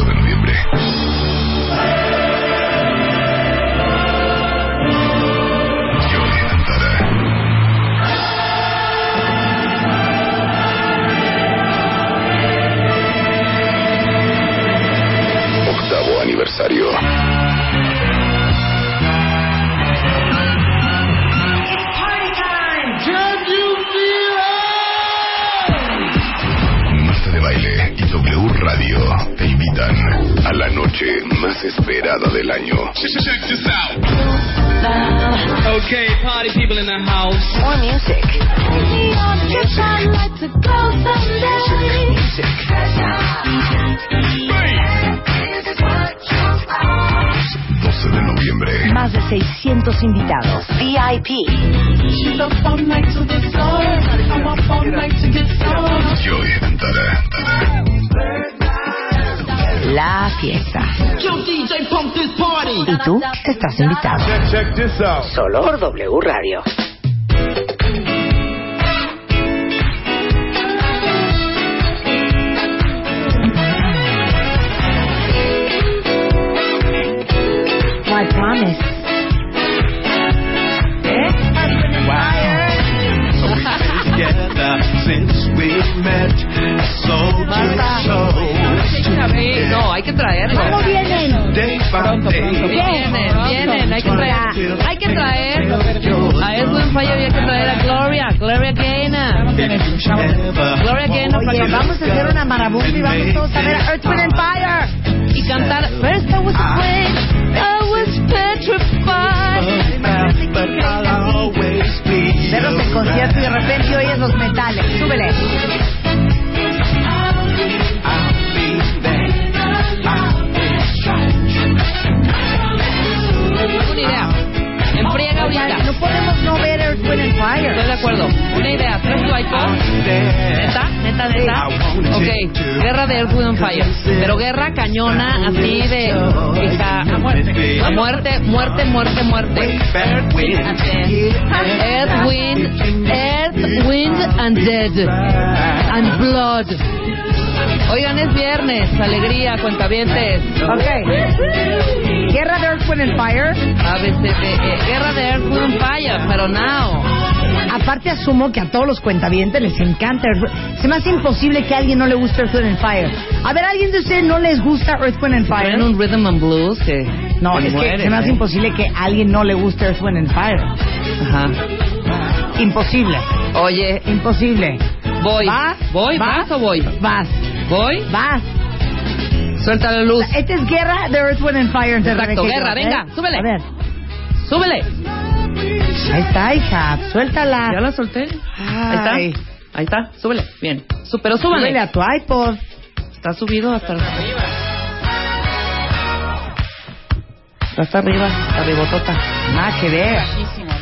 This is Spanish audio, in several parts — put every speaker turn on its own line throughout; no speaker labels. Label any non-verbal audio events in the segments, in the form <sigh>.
de noviembre. Johnny Antara. Octavo aniversario. Marta de Baile y W Radio te invitan a la noche más esperada del año.
Okay, party people in the house.
More music.
Music.
12 de noviembre.
Más de 600 invitados. VIP.
Johnny Antara.
La fiesta. Y tú estás invitado. Solo por W Radio. My promise.
So we've been together since we met. Soul to soul.
No, hay que traerlo.
vienen?
Day by day.
Vienen, vienen, hay que traer. Hay que traer. A Edwin Falla había que traer a Gloria, Gloria Gaynor.
If you ever
Gloria Gaynor
Oye,
para que
vamos a hacer una marabunta y vamos todos a ver a Earth, Wind and Fire.
y cantar. First I was afraid, I was
Ah,
petrified.
met, but I'll always be
Verlos en
your
concierto y de repente oyes los metales. Súbele.
I'll be there.
Una idea. Enfriega ahorita.
No podemos no ver Earth, Wind and Fire.
Estoy de acuerdo. Una idea. ¿Tres tu iPod? ¿Neta? ¿Neta, neta? Ok. Guerra de Earth, Wind and Fire. Pero guerra cañona, así de... que está a muerte. A muerte, muerte, muerte, muerte.
Bad wind.
Así es. Earth, Wind, Earth, Wind and Dead. And Blood. Oigan, es viernes. Alegría, cuentavientes.
Ok. Guerra de Earth, Wind and Fire.
ABCDE. E. Guerra de Earth, Wind and Fire. Pero now...
Aparte asumo que a todos los cuentavientes les encanta Earth, Wind- Se me hace imposible que a alguien no le guste Earth, Wind and Fire. A ver, ¿a ¿alguien de ustedes no les gusta Earth, Wind and Fire?
Ponen un rhythm and blues que
No,
te
es que
mueres,
se me hace
¿eh?
imposible que a alguien no le guste Earth, Wind and Fire.
Ajá.
Imposible.
Oye,
Imposible.
voy.
¿Vas?
¿Voy? ¿Vas o voy?
Vas.
¿Voy?
Vas.
Suelta la luz.
Esta es guerra de Earth, Wind and Fire. entre Rebeca
Exacto,
y
guerra,
yo, ¿eh?
venga, súbele.
A ver.
Súbele.
Ahí está, hija. Suéltala.
Ya la solté. Ahí
Ay.
está. Ahí está. Súbele. Bien. Su- pero súbale.
Súbele a tu iPod.
Está subido hasta arriba. Hasta arriba, hasta ribotota.
Nada que ver.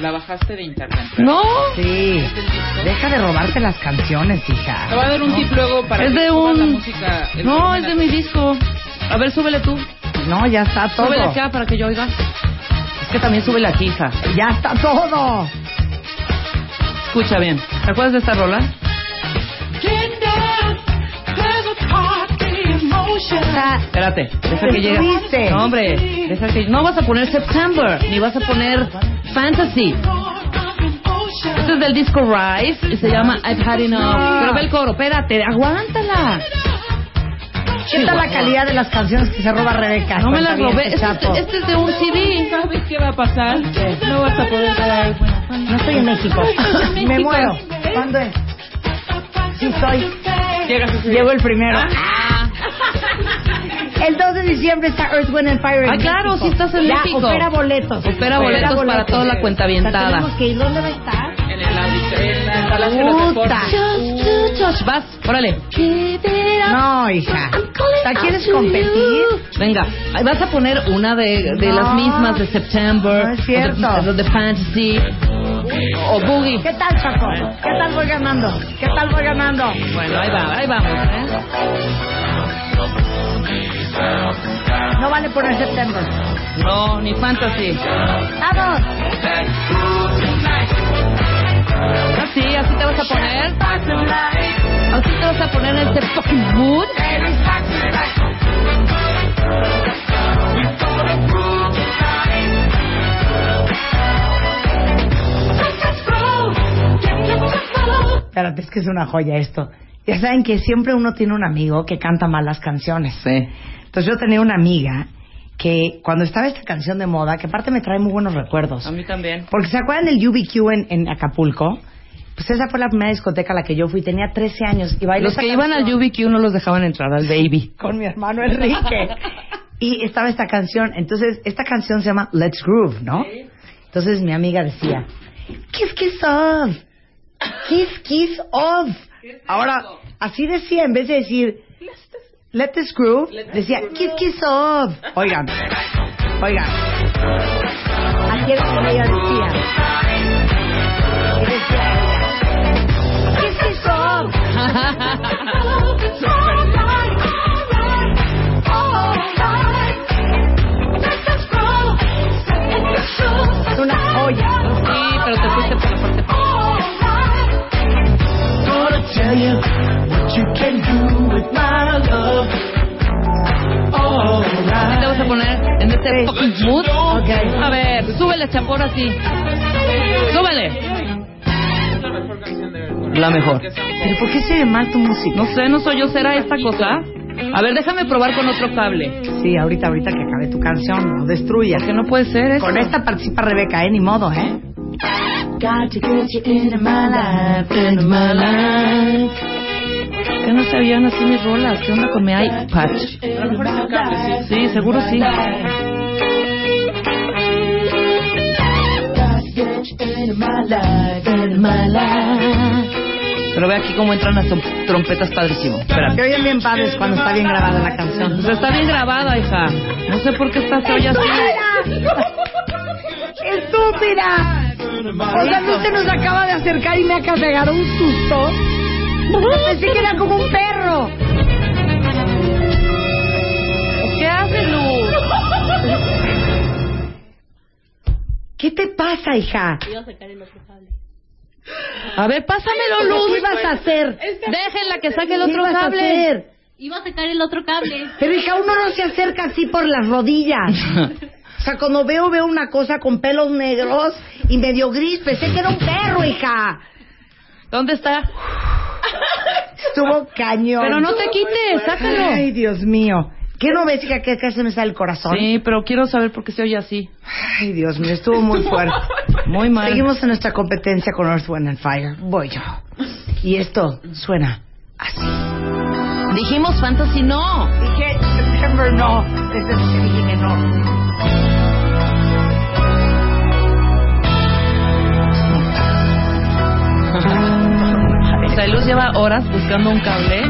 La bajaste de internet.
No.
Sí. Deja de robarte las canciones,
Te voy
hija.
a dar un tip luego para
Es
que
de
pongas la
un-
música. el
No,
volumen
es de mi disco. A ver, súbele tú.
No, ya está todo.
Súbele acá para que yo oiga. Es que también sube la hija.
Ya está todo.
Escucha bien. ¿Te acuerdas de esta rola? Espérate, deja que llegue.
Estuviste.
No, hombre, deja que no vas a poner September, ni vas a poner Fantasy. Este es del disco Rise y se llama I've Had
Ah.
Enough. Pero ve el coro, espérate, aguántala.
¿Qué tal la calidad de las canciones que se roba Rebeca?
No me las
Cuenta bien,
robé. Este,
chato.
este- este es de un
¿Y
CD.
sabes qué va a pasar? No vas a poder traer.
No estoy en México. Me muero. ¿Cuándo es? Sí, soy.
Llegas a
Llego el primero.
Ah.
El 2 de diciembre está Earth, Wind and Fire. en
Ah, claro,
México.
sí estás en
Ya,
México.
Opera boletos.
Opera boletos para toda la cuentavientada.
Tenemos que ir. ¿Dónde va a estar?
en el auditorio. Ojalá se los
Puta.
deporte.
Vas, órale.
No, hija. ¿La quieres competir?
Venga, ahí vas a poner una de, de
No.
las mismas de September.
No es cierto.
O de, o de Fantasy. O Boogie.
¿Qué tal, Chaco? ¿Qué tal voy ganando? ¿Qué tal voy ganando?
Bueno, ahí va, ahí vamos. ¿eh?
No vale poner septiembre.
No, ni Fantasy.
¡Vamos!
Así, Ah, así te vas a poner. Así te vas a poner en este fucking mood.
Espérate, es que es una joya esto. Ya saben que siempre uno tiene un amigo que canta malas canciones.
Sí.
Entonces yo tenía una amiga que cuando estaba esta canción de moda, que aparte me trae muy buenos recuerdos.
A mí también.
Porque se acuerdan del UBQ en, en Acapulco. Pues esa fue la primera discoteca a la que yo fui. Tenía 13 años y bailé
Los
esa
que iban al
canción
UBQ no los dejaban entrar al Baby.
<laughs> con mi hermano Enrique. y estaba esta canción. Entonces, esta canción se llama Let's Groove, ¿no? Entonces mi amiga decía, Kiss Kiss Off. Kiss Kiss Off. Ahora, así decía, en vez de decir Let us groove, decía Kiss Kiss Off. Oigan, oigan. Así era como ella decía. Y decía ella, Kiss Kiss Off. Es una joya.
Sí, pero te fuiste por la parte.
Gonna tell you what you can do with my love.
Así te vas a poner en este
Sí.
fucking mood.
Ok.
A ver, súbele, chapor, así. Súbele. La mejor.
¿Pero por qué se ve mal tu música?
No sé, no soy yo, será esta cosa. A ver, déjame probar con otro cable.
Sí, ahorita, ahorita que acabe tu canción, no destruyas.
Que no puede ser eso.
Con este. esta participa Rebeca, ¿eh? Ni modo, ¿eh?
Que no sabían así mis rolas. ¿Qué onda con mi iPad? Sí, seguro sí. Pero ve aquí cómo entran las trom- trompetas padrísimo. Espera.
Se oyen bien padres cuando está bien grabada la canción.
Pues está bien grabada, hija. No sé por qué estás hoy así.
¡Estúpida! O sea, Luz se nos acaba de acercar y me acaba de agarrar un susto. Pensé que era como un perro.
¿Qué haces, Luz?
¿Qué te pasa, hija?
A ver, pásamelo, Luz.
¿Qué ibas a hacer?
Déjenla que saque el
pues? ¿Qué
otro
ibas a
cable.
hacer?
Iba a sacar el otro cable.
Pero hija, uno no se acerca así por las <laughs> rodillas. O sea, cuando veo, veo una cosa con pelos negros y medio gris. Pensé que era un perro, hija.
¿Dónde está?
Estuvo cañón.
Pero no te quites, sácalo.
pues, Ay, Dios mío. ¿Qué no ves, hija, que casi me sale el corazón?
Sí, pero quiero saber por qué se oye así.
Ay, Dios mío, estuvo muy fuerte.
<laughs> Muy mal.
Seguimos en nuestra competencia con Earth, Wind and Fire. Voy yo. Y esto suena así.
Dijimos fantasy, no.
Dije, September no. Desde que dije no.
O sea, Luz lleva horas buscando un cable.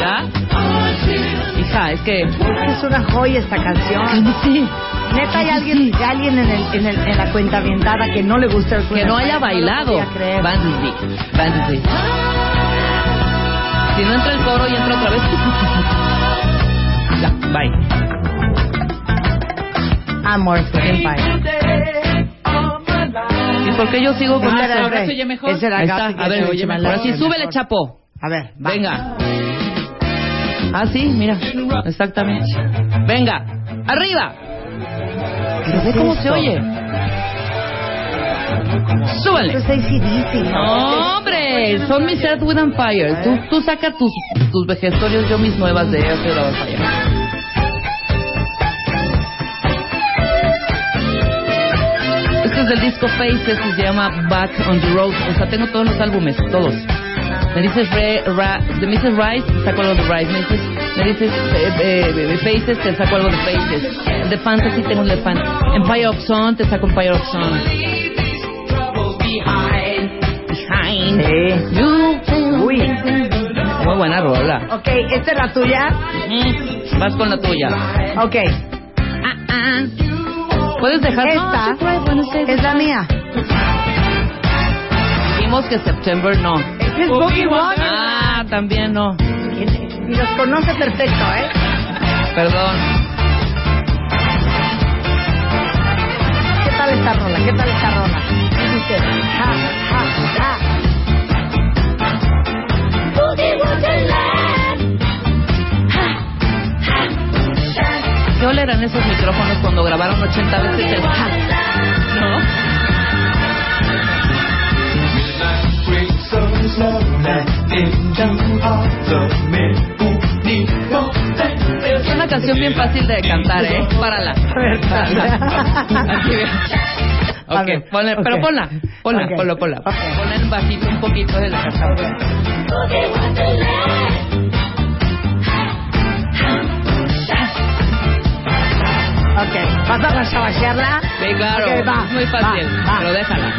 ¿Ya? Hija, es que.
Es que es una joya esta canción.
Sí.
Neta, hay alguien, hay alguien en, el, en, el, en la cuenta avientada que no le gusta el
Que no haya
pues,
bailado. Fantasy. Fantasy. Si no entra el coro y entra otra vez. <laughs> Ya, bye.
Amor, Fire.
Day of my life.
¿Y por qué yo sigo con
Ah,
eso?
era el
Ahora
rey.
se oye mejor.
Ese era
Ahí está.
Gaf-
A ver,
se oye mejor.
ahora sí, súbele,
Mejor.
chapo.
A ver, va.
Venga. Ah, sí, mira. Exactamente. Venga. Arriba.
¿Qué
Ve
es
cómo
esto?
se oye.
Esto
Súbale.
es ACDC.
No, hombre, son mis Earth, Wind and Fire. Tú, tú saca tus, tus vejestorios, yo mis nuevas de Earth, Wind and Fire. Este es del disco Faces y se llama Back on the Road. O sea, tengo todos los álbumes, todos. Me dices, Re- Ra- me dices Rise, te saco algo de Rise. Me dices, me dices eh, eh, eh, Faces, te saco algo de Faces. The Fantasy, tengo el de Fan. Empire of Sun, te saco Empire of Sun. Behind.
Sí. Uy.
Muy buena rola.
Ok, ¿esta es la tuya?
Ujú.
Mm.
Vas con la tuya.
Ok.
¿Puedes dejar?
Esta es la mía.
Dijimos que September no.
Este es Boogie Wonderland.
Ah, también no.
Y los conoce perfecto, ¿eh?
Perdón.
¿Qué tal esta rola? ¿Qué tal esta rola? ¿Qué dice? Ja, ja, ja.
¿Qué olerán esos micrófonos cuando grabaron 80 veces el ja? ¿No? Es una canción bien fácil de cantar, ¿eh? Párala. Así ve.
A
Ok,
ver,
ponle,
ok.
pero ponla, ponla,
Ok.
ponla, ponla.
Ok.
Ponla en bajito un poquito de la
Ok, ¿vas a chabachearla?
Sí, claro,
Ok, va,
es muy fácil,
va, va.
pero déjala.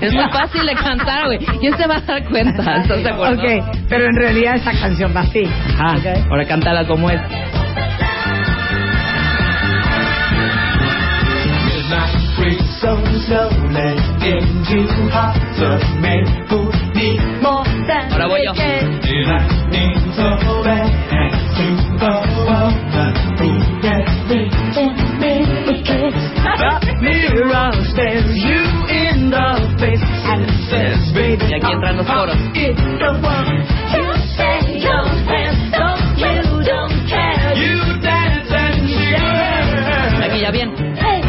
Es muy fácil de cantar, güey. ¿Quién se va a dar cuenta? ¿Estás de acuerdo?
Ok, pero en realidad esa canción va así.
Ah, ahora cántala como es. Ahora voy yo. Y aquí entran los coros. Aquí ya bien. Hey.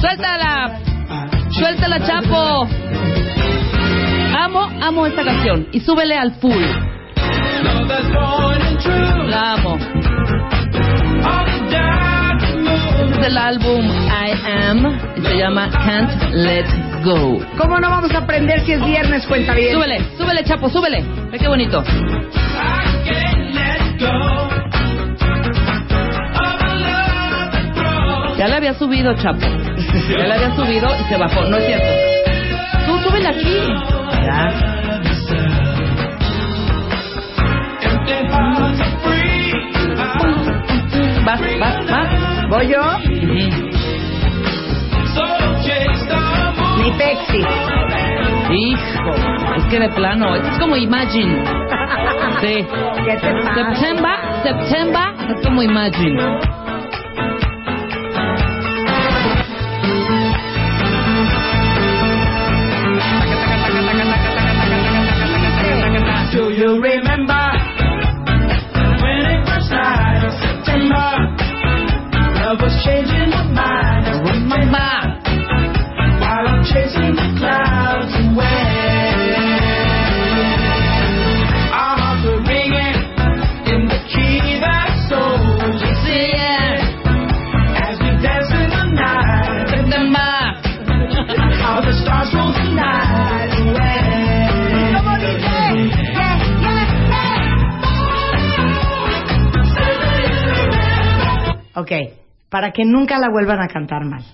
¡Suéltala! ¡Suéltala, Chapo! Amo, amo esta canción. Y súbele al full. La amo. Este es el álbum I Am. y se llama Can't Let Go.
¿Cómo no vamos a aprender si es viernes, cuenta bien?
Súbele, súbele, Chapo, súbele. Ve qué bonito. Ya la había subido, Chapo. Ya la había subido y se bajó. No es cierto. Tú súbela aquí.
Ya.
Vas, vas, vas.
¿Voy yo?
Ujú.
Mi pexi.
Hijo, es que de plano, es como Imagine. Sí.
<laughs> ¿Qué te pasa?
September, September, es como Imagine.
Do you remember when it was night of September? Love was changing my mind. I remember
Va.
while I'm chasing the clouds away. Our hearts were ringing in the key that souls
Sí, eh.
as we danced in the night.
September.
How the stars rolled the night away.
Ok, para que nunca la vuelvan a cantar mal.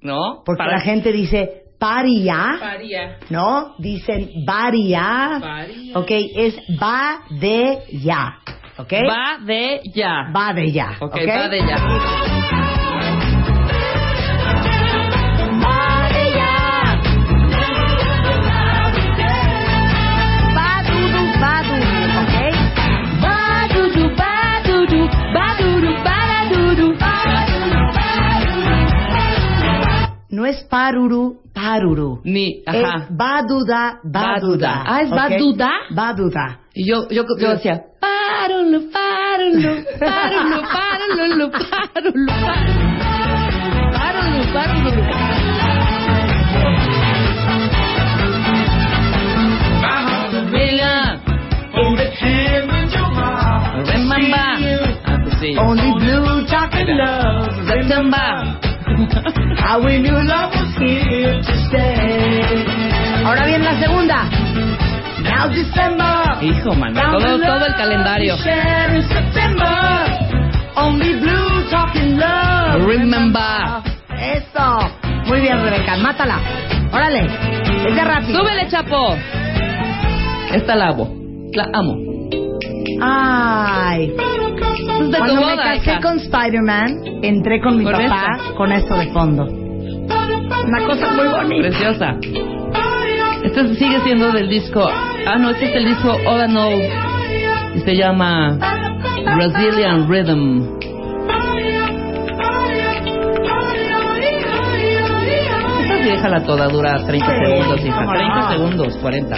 ¿No?
Porque
Para-
la gente dice, pari ya,
Paría.
¿no? Dicen, varia.
Varia.
Ok, es va de ya. ¿ok?
Va de ya.
Va de ya, ¿ok?
Ok, va de ya.
Badudu, badudu, ¿ok?
Badudu, badudu, badudu, baradudu, baradudu,
No es paruru, paruru.
Ni, ajá.
Es baduda, baduda.
Baduda. Ah, ¿es
¿ok?
baduda?
Baduda.
Y yo, yo, yo decía, páralo, páralo, páralo, páralo, páralo, páralo, páralo, páralo. Mira, remember, Ah, pues sí.
Only blue chocolate love.
September.
How we knew love was here to stay. Ahora viene la segunda. Now December.
Hijo, mano.
Todo, todo el calendario.
Share in September. Only blue talking love.
Remember.
Eso. Muy bien, Rebeca. Mátala. Órale. Es de rápido.
Súbele, chapo. Esta la amo. La amo.
Ay.
Es de tu
Cuando me
boda,
casé
hija.
con Spider-Man, entré con mi
Con
papá con esto de fondo. Una cosa muy bonita.
Preciosa. Este sigue siendo del disco. Ah, no, este es el disco All I Know. Y se llama Brazilian Rhythm. Esta sí déjala toda, dura 30
Sí,
segundos, hija.
cómo
30
no.
segundos, 40.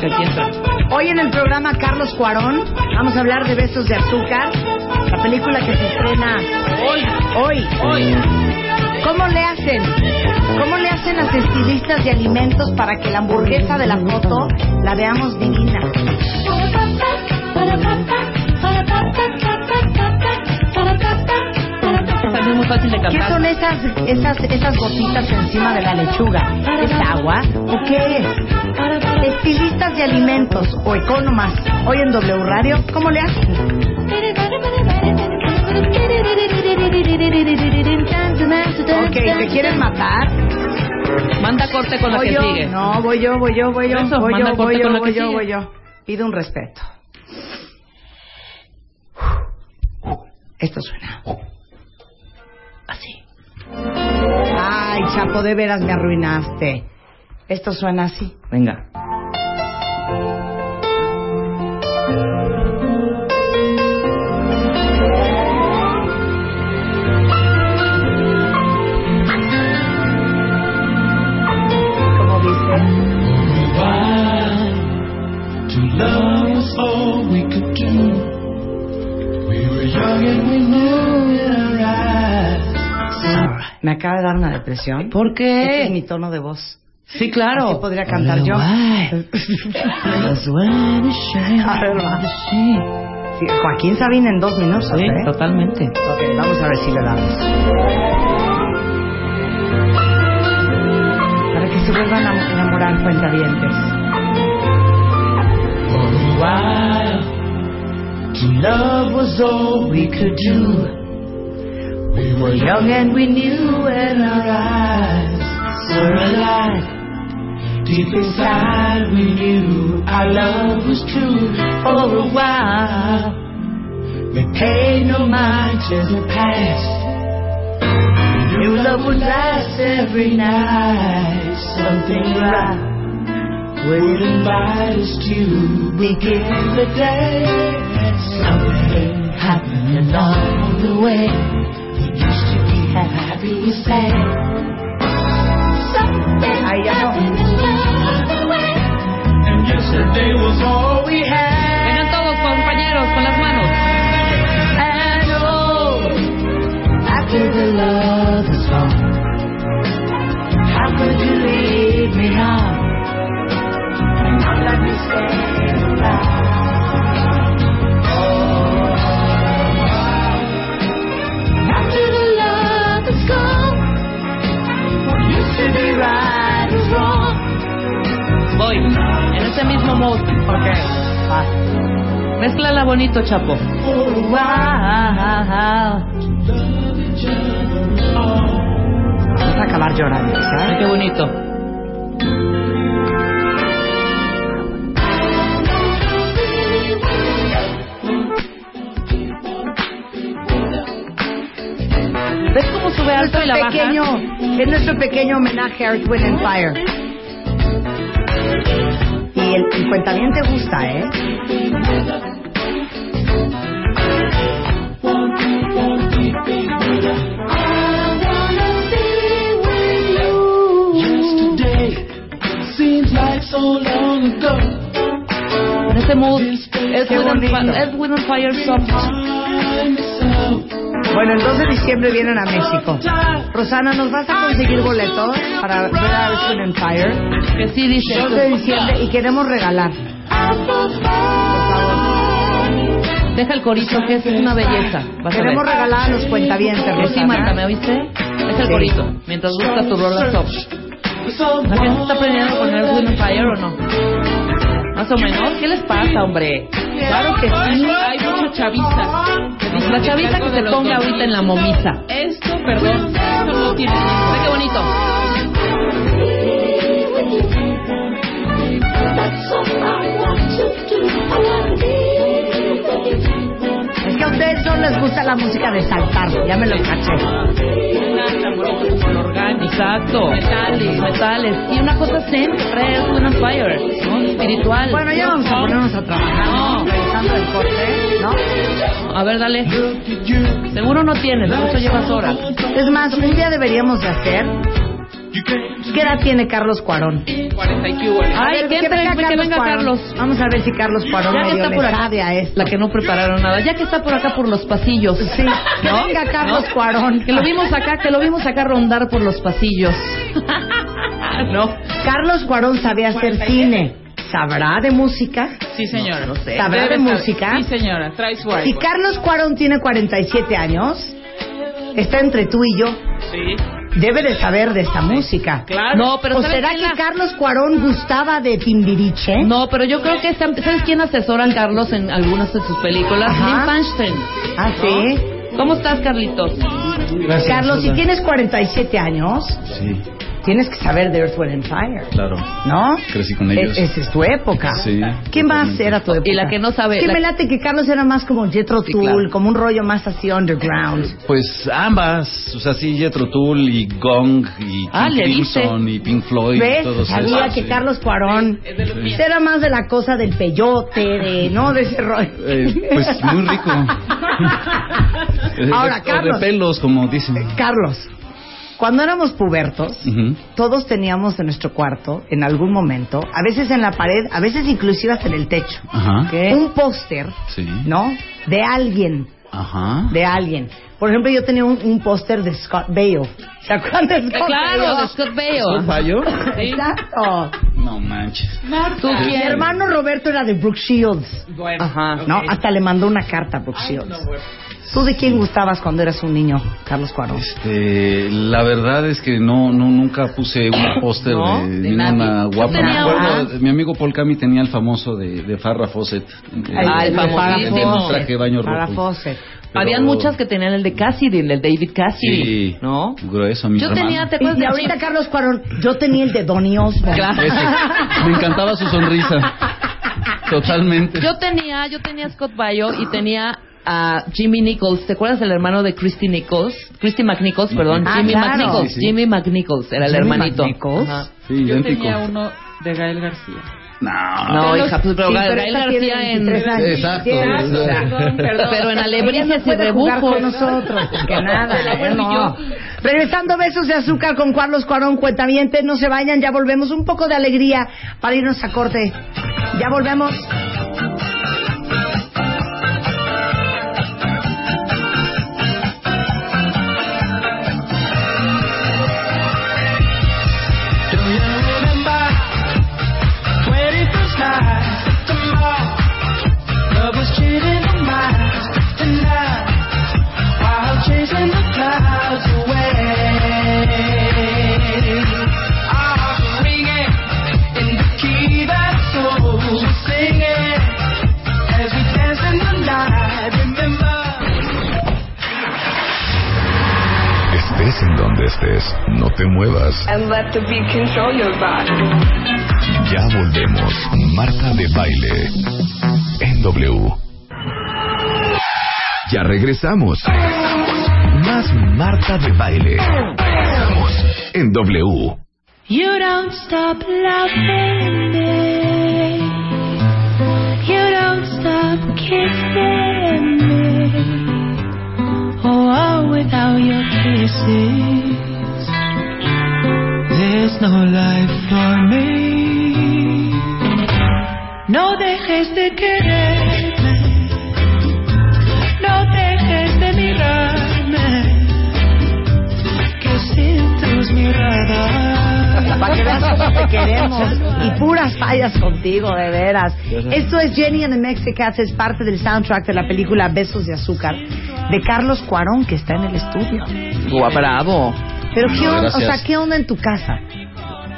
Que aquí entra.
Hoy en el programa Carlos Cuarón vamos a hablar de Besos de Azúcar, la película que se estrena
Hoy.
hoy. ¿Cómo le hacen? ¿Cómo le hacen las estilistas de alimentos para que la hamburguesa de la foto la veamos divina?
baradudu.
Esta es muy fácil de
¿Qué son
cantar.
esas, esas, esas gotitas encima de la lechuga? ¿Es agua o qué es? Estilistas de alimentos o economas, hoy en W Radio, ¿cómo le hacen? Ok, ¿te quieren matar?
Manda corte con la
Voy
que
yo,
sigue.
no, voy yo, voy yo, voy yo,
Eso,
voy
manda
yo,
corte
voy yo,
con la que
voy yo,
sigue.
voy yo. Pido un respeto. Esto suena. Así. Ay, Chapo, de veras me arruinaste. Esto suena así.
Venga.
Como dice.
To love was all we could do. We were young and we knew it alright.
Me acaba de dar una depresión.
¿Por
Este es
qué?
mi tono de voz.
Sí, claro.
Así podría cantar yo. <laughs> A ver, va. Sí, Joaquín Sabina en dos minutos.
Sí,
¿eh?
totalmente.
Ok, vamos a ver si le damos. Para que se vuelvan a enamorar cuentavientes.
For a while, to love was all we could do. We were young and we knew it alright. Were alive. Deep inside, we knew our love was true. For a while, we paid no mind to the past. We knew love would last every night. Something right would invite us to begin the day. Something happened along the way. We used to be happy, we say.
Ahí ya no.
And yesterday was all we had.
Vengan todos, compañeros, con las manos.
And oh, how could the love is gone? How could you leave me on? And not let me stay around. Oh, after the love is gone, what used to be right is wrong.
Voy. En ese mismo mood.
Ok.
Mézclala bonito, Chapo.
Vas a acabar llorando,
Ay,
¿sabes?
qué bonito. ¿Ves cómo sube alto y la baja?
pequeño, es nuestro pequeño homenaje a Earth, Wind and Fire. Y el, el cuentaviente gusta, ¿eh?
En este mood, Earth,
Qué
Wind and
bonito.
Fi- Earth, Wind and Fire Soft.
Bueno, el 2 de diciembre vienen a México. Rosana, ¿nos vas a conseguir boletos para ver a Earth, Wind and Fire?
Que sí dice.
2 de diciembre y queremos regalar.
Deja el corito, que es una belleza. Vas a
Queremos
ver.
regalar a los cuentavientes,
Que sí, Marta, ¿me
Rosana.
oíste? Es el
Sí.
corito. Mientras buscas tu rola soft. ¿La gente está aprendiendo con Earth, Wind and Fire o no? Más o menos. ¿Qué les pasa, hombre?
Claro que sí.
Hay mucha chaviza. que dice
La chaviza
algo
que
de
se
los
ponga
dos
ahorita
mil.
en la momisa.
Esto, perdón, esto no tiene.
Mira qué bonito.
Es que a ustedes no les gusta la música de saltar, ya me lo caché.
Nada tan bonito como lo orgánico.
Exacto. Metales. Metales. Y una cosa zen, Red Wind and Fire. ¿no? Espiritual.
Bueno, ya vamos a ponernos a trabajar, ¿no?
No.
Revisando el corte, ¿no?
A ver, dale. Seguro no tienes, por eso llevas horas.
Es más, un día deberíamos de hacer. ¿Qué edad tiene Carlos Cuarón?
40 y que hubo.
A
Ay,
ver,
que, entre- que venga Carlos.
Vamos a ver si Carlos Cuarón
Ya que
medio
está
le
por acá.
sabe a esto.
La que no prepararon nada. Ya que está por acá por los pasillos.
Sí, que venga Carlos Cuarón.
Que lo vimos acá, que lo vimos acá rondar por los pasillos. no.
Carlos Cuarón sabe hacer cine. ¿Sabrá de música?
Sí, señora. No, sé.
¿Sabrá de música?
Sí, señora. Trae su
Si
algo.
Carlos Cuarón tiene 47 años, está entre tú y yo.
Sí.
Debe de saber de esta música.
Claro.
No, pero
¿O
¿sabes
será que
quién la-
Carlos Cuarón gustaba de Timbiriche?
No, pero yo creo que esta- ¿sabes quién asesora a Carlos en algunas de sus películas?
Ajá.
Lynn Panstein.
Ah, sí.
¿Cómo estás, Carlitos?
Gracias,
Carlos, si
Rosa.
tienes 47 años,
Sí,
tienes que saber de Earth, Wind and Fire.
claro.
¿No?
Crecí con ellos.
E- esa es tu época.
Sí,
¿Qué más
totalmente.
era tu época?
Y la que no sabe-
Es que
la-
me late que Carlos era más como Jethro
Sí,
Tull,
claro.
como un rollo más así underground.
Pues ambas, o sea, sí, Jethro Tull y Gong y King
Ah, le
Crimson y Pink Floyd y
¿Ves?
todos
Sabía
esos,
que
sí.
Carlos Cuarón
Es de los míos.
era más de la cosa del peyote, de, ¿no? De ese rollo.
Eh, pues
<laughs>
muy rico. Eh,
Ahora,
O
Carlos.
de pelos, como dicen.
Eh, Carlos, cuando éramos pubertos,
Ujú.
todos teníamos en nuestro cuarto, en algún momento, a veces en la pared, a veces inclusive hasta en el techo,
Ajá.
¿Qué?
un póster,
Sí.
¿no? De alguien,
Ajá.
de alguien. Por ejemplo, yo tenía un, un póster de Scott Baio. ¿Se acuerdan de Scott
Claro,
Baio?
de Scott Baio.
¿Scott Baio?
Exacto.
No manches.
¿Tú
Mi
quién?
hermano Roberto era de Brooke Shields.
Bueno.
Ajá,
ok.
No, hasta le mandó una carta a Brooke
Ay,
Shields.
no, bueno.
¿Tú de quién gustabas cuando eras un niño, Carlos Cuarón?
Este, la verdad es que no, no nunca puse
<coughs>
un póster
No,
de,
de
de ninguna
nadie. Yo
guapa.
tenía
Me
uno.
acuerdo, mi amigo Paul Cami tenía el famoso de, de Farrah Fawcett.
Ah, el
Eh,
famosísimo.
tenía un traje de baño
Para
rojo.
Fawcett.
Pero-
Habían muchas que tenían el de Cassidy, el de David Cassidy,
Sí,
¿no?
grueso, mi
Yo
hermano.
tenía,
Y,
¿te acuerdas de
ahorita
Chip?
Carlos Cuarón, yo tenía el de Donny Osborne.
Claro.
Ese. Me encantaba su
<laughs>
sonrisa. Totalmente.
Yo tenía, yo tenía a Scott Baio y tenía a Jimmy Nichols. ¿Te acuerdas del hermano de Christy Nichols? Christy McNichols, perdón.
Ah,
Jimmy
claro.
McNichols.
Sí, Ah. sí.
Jimmy McNichols era el
Jimmy
hermanito.
McNichols.
Ajá.
Sí,
Yo
idéntico.
tenía uno de Gael García.
No.
No,
Carlos-
hija, pues, pero
sí,
Gael
pero esta tiene
García en...
23 años.
Exacto.
Exacto.
Perdón, perdón.
Pero en
Ella no
alebrijes y
puede jugar
rebujos.
con nosotros,
<laughs>
que nada,
Pero
ya
bueno,
no. Regresando besos de azúcar con Carlos Cuarón, cuentavientes, no se vayan, ya volvemos un poco de alegría para irnos a corte. Ya volvemos.
Do you remember 21st night, the mall? Love was cheating on mine tonight while chasing the clouds away. I'm ringing in the key that soul was singing as we danced in the night. Remember.
Estés en donde estés, no te muevas.
and let the beat control your body.
Ya volvemos. Marta de baile. En W. Ya regresamos. Más Marta de Baile. Estamos en W.
You don't stop loving me. You don't stop kissing me. Oh, oh without your kisses, there's no life for me. No dejes de quererme. No dejes de mirarme. Que sin tus miradas.
Para que veas cómo te queremos. Y puras fallas contigo, de veras. Esto es Jenny and the Mexicats, es parte del soundtrack de la película Besos de Azúcar, de Carlos Cuarón, que está en el estudio.
Guau, bravo.
Pero, ¿qué onda,
No,
o
gracias.
sea, ¿qué onda en tu casa?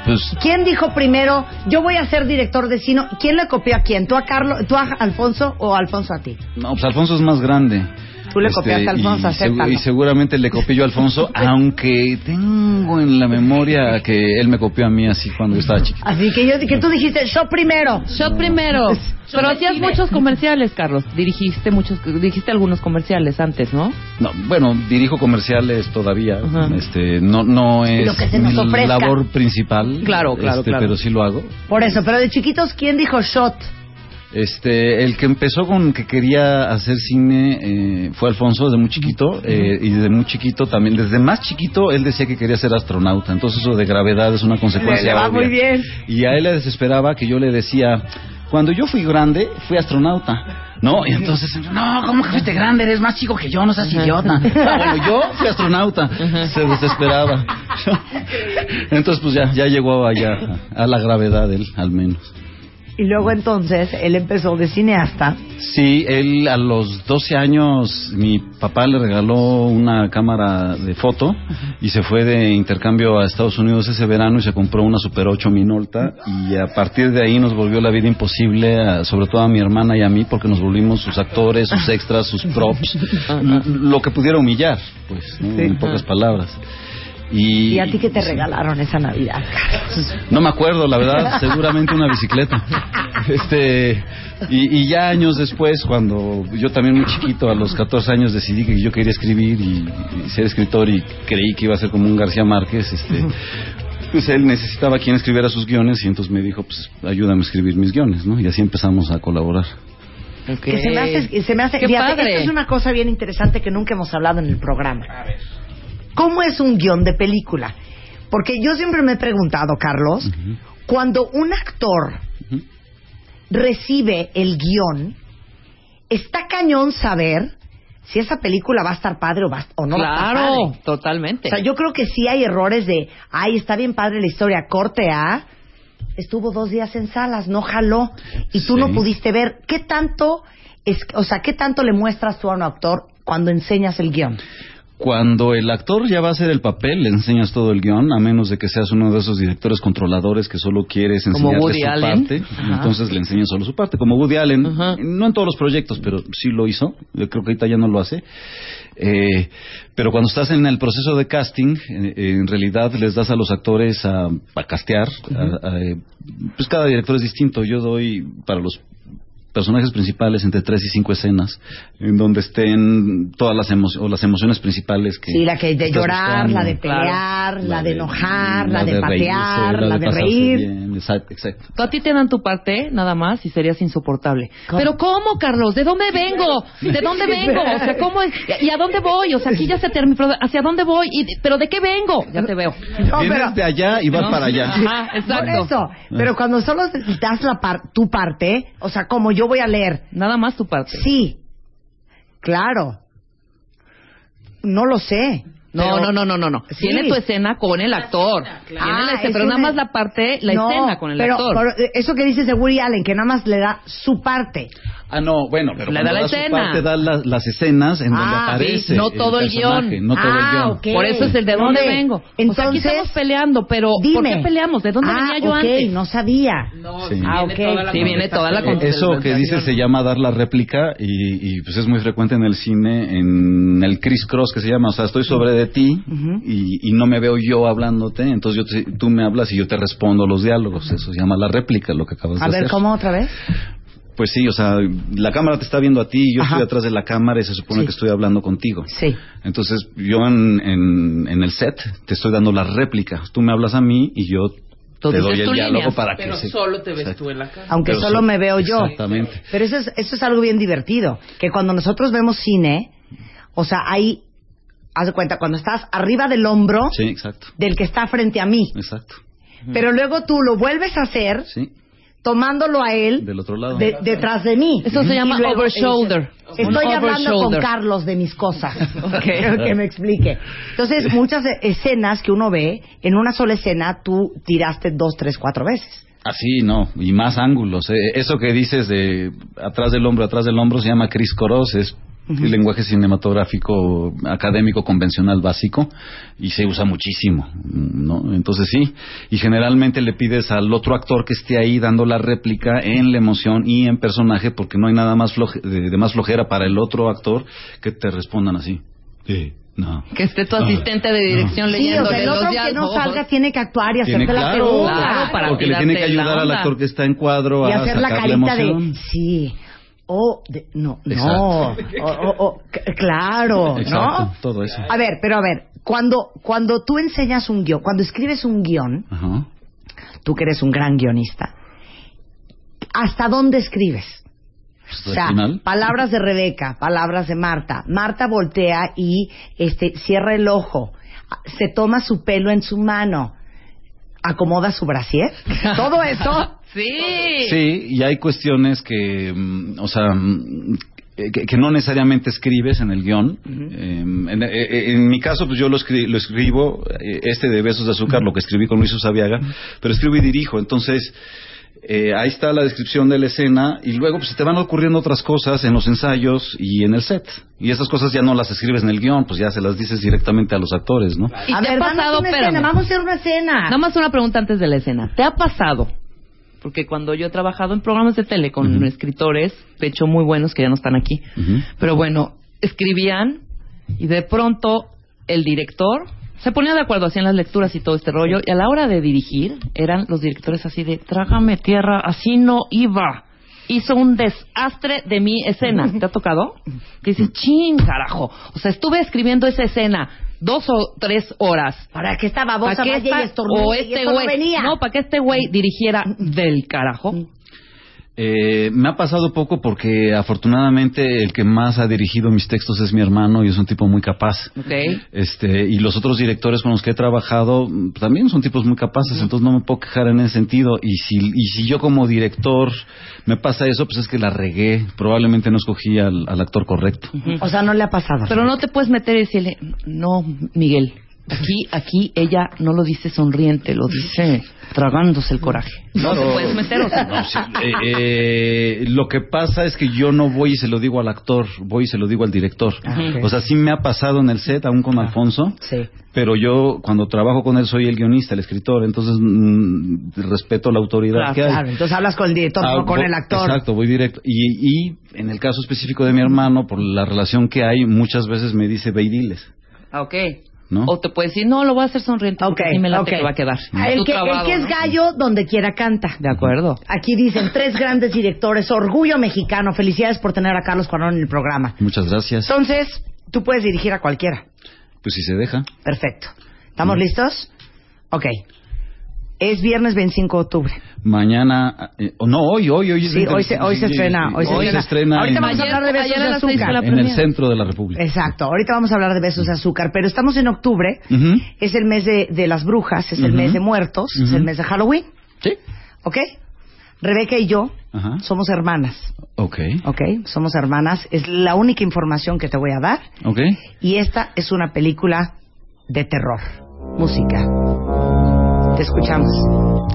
Pues
¿Quién dijo primero, yo voy a ser director de cine? ¿Quién le copió a quién? ¿Tú a Carlos, tú a Alfonso o Alfonso a ti?
No, pues Alfonso es más grande. Este,
Tú le copiaste a Alfonso,
y,
acéptalo.
segu- y seguramente le copié yo a
<laughs>
Alfonso, aunque tengo en la memoria que él me copió a mí así cuando yo estaba chiquito.
Así que yo que tú dijiste, yo primero.
Shot primero. Pero hacías muchos comerciales, Carlos. Dirigiste muchos, dirigiste algunos comerciales antes, ¿no?
No, bueno, dirijo comerciales todavía.
Ajá.
Este, no, no es
Lo que se nos
mi
ofrezca.
labor principal.
Claro, claro,
este,
claro.
Pero sí lo hago.
Por eso, pero de chiquitos, ¿quién dijo shot?
Este, el que empezó con que quería hacer cine eh, fue Alfonso desde muy chiquito eh, y desde muy chiquito también, desde más chiquito él decía que quería ser astronauta, entonces eso de gravedad es una consecuencia.
le va
obvia.
muy bien.
Y a él le desesperaba que yo le decía, cuando yo fui grande fui astronauta. No, y entonces, no, ¿cómo que fuiste grande? Eres más chico que yo, no
<laughs>
seas idiota. Ah, bueno, yo fui astronauta. Se desesperaba. <laughs> Entonces, pues ya, ya llegó allá, a la gravedad él, al menos.
Y luego entonces él empezó de cineasta.
Sí, él a los 12 años mi papá le regaló una cámara de foto y se fue de intercambio a Estados Unidos ese verano y se compró una Super 8 Minolta y a partir de ahí nos volvió la vida imposible, a- sobre todo a mi hermana y a mí porque nos volvimos sus actores, sus extras, sus props, l- lo que pudiera humillar, pues, ¿no? en pocas palabras. Y,
¿Y a ti qué te regalaron esa Navidad, Carlos?
no me acuerdo, la verdad, seguramente una bicicleta. Este, y, y ya años después, cuando yo también muy chiquito, a los 14 años, decidí que yo quería escribir y, y ser escritor y creí que iba a ser como un García Márquez, este, pues él necesitaba quien escribiera sus guiones y entonces me dijo, pues ayúdame a escribir mis guiones, ¿no? Y así empezamos a colaborar.
Que se me hace, se me hace
Qué
fíjate,
padre.
esto es una cosa bien interesante que nunca hemos hablado en el programa. ¿Cómo es un guión de película? Porque yo siempre me he preguntado, Carlos, cuando un actor
Ujú.
recibe el guión, está cañón saber si esa película va a estar padre o, va, o no va a estar padre.
claro, totalmente.
O sea, yo creo que sí hay errores de, ay, está bien padre la historia, corte A. Estuvo dos días en salas, no jaló. Y tú
Sí.
no pudiste ver. ¿Qué tanto, es, o sea, qué tanto le muestras tú a un actor cuando enseñas el guión?
Cuando el actor ya va a hacer el papel, le enseñas todo el guión, a menos de que seas uno de esos directores controladores que solo quieres
Como
enseñarle
Woody
su
Allen.
parte.
Ajá.
Entonces le enseñas solo su parte, como Woody Allen.
Ajá.
No en todos los proyectos, pero sí lo hizo. Yo creo que ahorita ya no lo hace. Eh, pero cuando estás en el proceso de casting, eh, eh, en realidad les das a los actores a, a castear. a- a, eh, pues cada director es distinto. Yo doy para los personajes principales entre tres y cinco escenas en donde estén todas las emo- o las emociones principales que
Sí, la que de
estás
llorar,
buscando.
la de pelear, la, de enojar, la, de, patear,
reírse,
la de
pasarse
reír.
bien, exacto, exacto.
Tú a ti te dan tu parte, nada más, y serías insoportable.
¿Cómo?
Pero ¿cómo, Carlos? ¿De dónde vengo? ¿De dónde vengo? O sea, ¿cómo es? ¿Y a dónde voy? O sea, aquí ya se terminó. ¿Hacia dónde voy? ¿Y, ¿Pero de qué vengo? Ya te veo.
No,
Vienes
pero-
de Ah. allá y vas
¿No?
para allá.
Ajá,
Por
exacto.
eso, pero cuando solo das la par- tu parte, o sea, como yo voy a leer,
Nada más tu parte.
sí, claro, no lo sé.
No,
pero-
no, no, no, no, no.
Sí.
Tiene tu escena con el actor. Tiene la
Ah,
escena,
es
pero
una-
nada más la parte, la
No,
escena con el
pero,
actor.
pero, eh, eso que dices de Woody Allen, que nada más le da su parte.
Ah, no, bueno, pero
Le
cuando
da la
das su
escena.
parte, das las, las escenas en donde
Ah,
aparece
sí, no todo el
personaje,
guión.
No todo
Ah,
el guión.
ok.
Por eso es el de
No
dónde
sé.
vengo. o sea, aquí
Entonces,
estamos peleando, pero Oh, ¿por
Dime.
qué peleamos? ¿De dónde
ah,
venía yo
ok,
antes?
no sabía.
No,
Sí.
Ah, ok.
viene toda la
Sí, viene toda la
Eh, Eso que dices se llama dar la réplica y, y, pues es muy frecuente en el cine, en el criss-cross que se llama, o sea, estoy sobre de ti y, y no me veo yo hablándote, entonces yo te- tú me hablas y yo te respondo los diálogos, Pues eso se llama la réplica, lo que acabas
A
de
ver,
hacer.
¿cómo otra vez?
Pues sí, o sea, la cámara te está viendo a ti, yo
Ajá.
estoy atrás de la cámara y se supone
Sí.
que estoy hablando contigo.
Sí.
Entonces, yo en, en, en el set te estoy dando la réplica. Tú me hablas a mí y yo
Tú
te
dices
doy el
tu
diálogo
línea,
para
Pero
que se-
solo te ves
Exacto.
tú en la cara.
Aunque
Pero
solo
sí,
me veo yo.
Exactamente.
Pero eso es, eso es algo bien divertido, que cuando nosotros vemos cine, o sea, hay, haz de cuenta, cuando estás arriba del hombro
Sí, exacto.
del que está frente a mí,
Exacto.
pero luego tú lo vuelves a hacer
Sí,
tomándolo a él
del otro lado.
de- detrás de mí.
Eso se
Y
llama
luego
over
él dice,
shoulder.
Estoy
Over
hablando con
shoulder.
Carlos de mis
<laughs>
cosas. Quiero <laughs> que me explique. Entonces, muchas e-, escenas que uno ve, en una sola escena tú tiraste dos, tres, cuatro veces.
Así, Ah, no, y más ángulos. eh. Eso que dices de atrás del hombro, atrás del hombro, se llama Chris Coros, es el lenguaje cinematográfico académico convencional básico y se usa muchísimo, ¿no? Entonces sí, y generalmente le pides al otro actor que esté ahí dando la réplica en la emoción y en personaje porque no hay nada más floje- de, de más flojera para el otro actor que te respondan así. Sí, no.
Que esté tu asistente de dirección
Sí, o
leyendo
sea, el otro
los
que no
diálogos.
salga tiene que actuar y
Tiene
hacerte la
claro,
pregunta.
Claro, para
porque le tiene que
tirarte la
ayudar al
onda.
actor que está en cuadro
y
a
hacer la
sacar
carita de
emoción.
sí o de- no no o,
Exacto.
o- o- c- claro
Exacto,
no
todo eso.
a ver pero a ver cuando cuando tú enseñas un guión cuando escribes un guión
Ajá.
tú que eres un gran guionista hasta dónde escribes
Pues,
o
al
sea,
final,
palabras de Rebeca, palabras de Marta. Marta voltea y este cierra el ojo, se toma su pelo en su mano, acomoda su
<laughs>
brasier. Todo eso
Sí.
Sí, y hay cuestiones que, mm, o sea, mm, que, que no necesariamente escribes en el guión. Eh, en, eh, en mi caso, pues yo lo, escri- lo escribo, eh, este de Besos de Azúcar, lo que escribí con Luis Usabiaga, pero escribo y dirijo. Entonces, eh, ahí está la descripción de la escena y luego pues, se te van ocurriendo otras cosas en los ensayos y en el set. Y esas cosas ya no las escribes en el guión, pues ya se las dices directamente a los actores, ¿no?
¿Y te ha
danos
pasado?
una
Espérame.
escena, vamos a hacer una escena.
Nada más una pregunta antes de la escena. ¿Te ha pasado? Porque cuando yo he trabajado en programas de tele con
Ujú.
escritores, de hecho muy buenos que ya no están aquí,
Ujú.
pero bueno, escribían y de pronto el director se ponía de acuerdo, hacían las lecturas y todo este rollo, y a la hora de dirigir eran los directores así de, trágame tierra, así no iba. Hizo un desastre de mi
<laughs>
escena. ¿Te ha tocado? Que dices, chin, carajo. O sea, estuve escribiendo esa escena dos o tres horas.
Para que esta babosa
¿Para qué
vaya y
esta-
estornude
o
y
este
esto no
güey,
venía. Mm.
no, para que este güey dirigiera del carajo.
Eh, me ha pasado poco porque afortunadamente el que más ha dirigido mis textos es mi hermano y es un tipo muy capaz.
Ok.
Este, y los otros directores con los que he trabajado mm, también son tipos muy capaces, entonces no me puedo quejar en ese sentido. Y si, y si yo como director me pasa eso, pues es que la regué, probablemente no escogí al, al actor correcto.
O sea, no le ha pasado.
Pero no te puedes meter y decirle, no, Miguel, aquí, aquí ella no lo dice sonriente, lo dice tragándose el coraje. No, te puedes meter, o sea,
No, sí, eh, eh, lo que pasa es que yo no voy y se lo digo al actor, voy y se lo digo al director.
Ah, ok. Ah,
O sea, sí me ha pasado en el set, aún con Alfonso,
Sí.
pero yo cuando trabajo con él soy el guionista, el escritor, entonces mm, respeto la autoridad
Claro,
que hay.
Claro, entonces hablas con el director,
Ah,
no con
voy-
el actor.
Exacto, voy directo. Y, y en el caso específico de mi hermano, por la relación que hay, muchas veces me dice ve y diles",
ah, ok.
¿no?
O te puedes decir, no, lo voy a hacer sonriente
Ok,
porque así me late
ok.
que va a quedar.
Ah, El
Tú
que,
trabado,
el que es
¿no?
gallo, donde quiera canta.
De acuerdo.
Aquí dicen
<laughs>
tres grandes directores, orgullo mexicano, felicidades por tener a Carlos Cuarón en el programa.
Muchas gracias.
Entonces, tú puedes dirigir a cualquiera.
Pues si se deja.
Perfecto. ¿Estamos listos? Ok. Es viernes 25 de octubre.
Mañana, eh, o no, hoy, hoy, hoy. es
Sí,
20,
hoy se- hoy se estrena, hoy se estrena. Ahorita
en,
vamos a
Ayer-
hablar de besos
ayer
de
a las seis de
azúcar.
la
en el
premier.
centro de la República.
Exacto. Ahorita vamos a hablar de besos de azúcar, pero estamos en octubre.
Ujú.
Es el mes de, de las brujas, es el
Ujú.
mes de muertos, es
Ujú.
el mes de Halloween,
Sí.
¿ok? Rebeca y yo
Ajá.
somos hermanas,
Ok.
¿ok? Somos hermanas, es la única información que te voy a dar
Ok.
y esta es una película de terror. Música. Te escuchamos.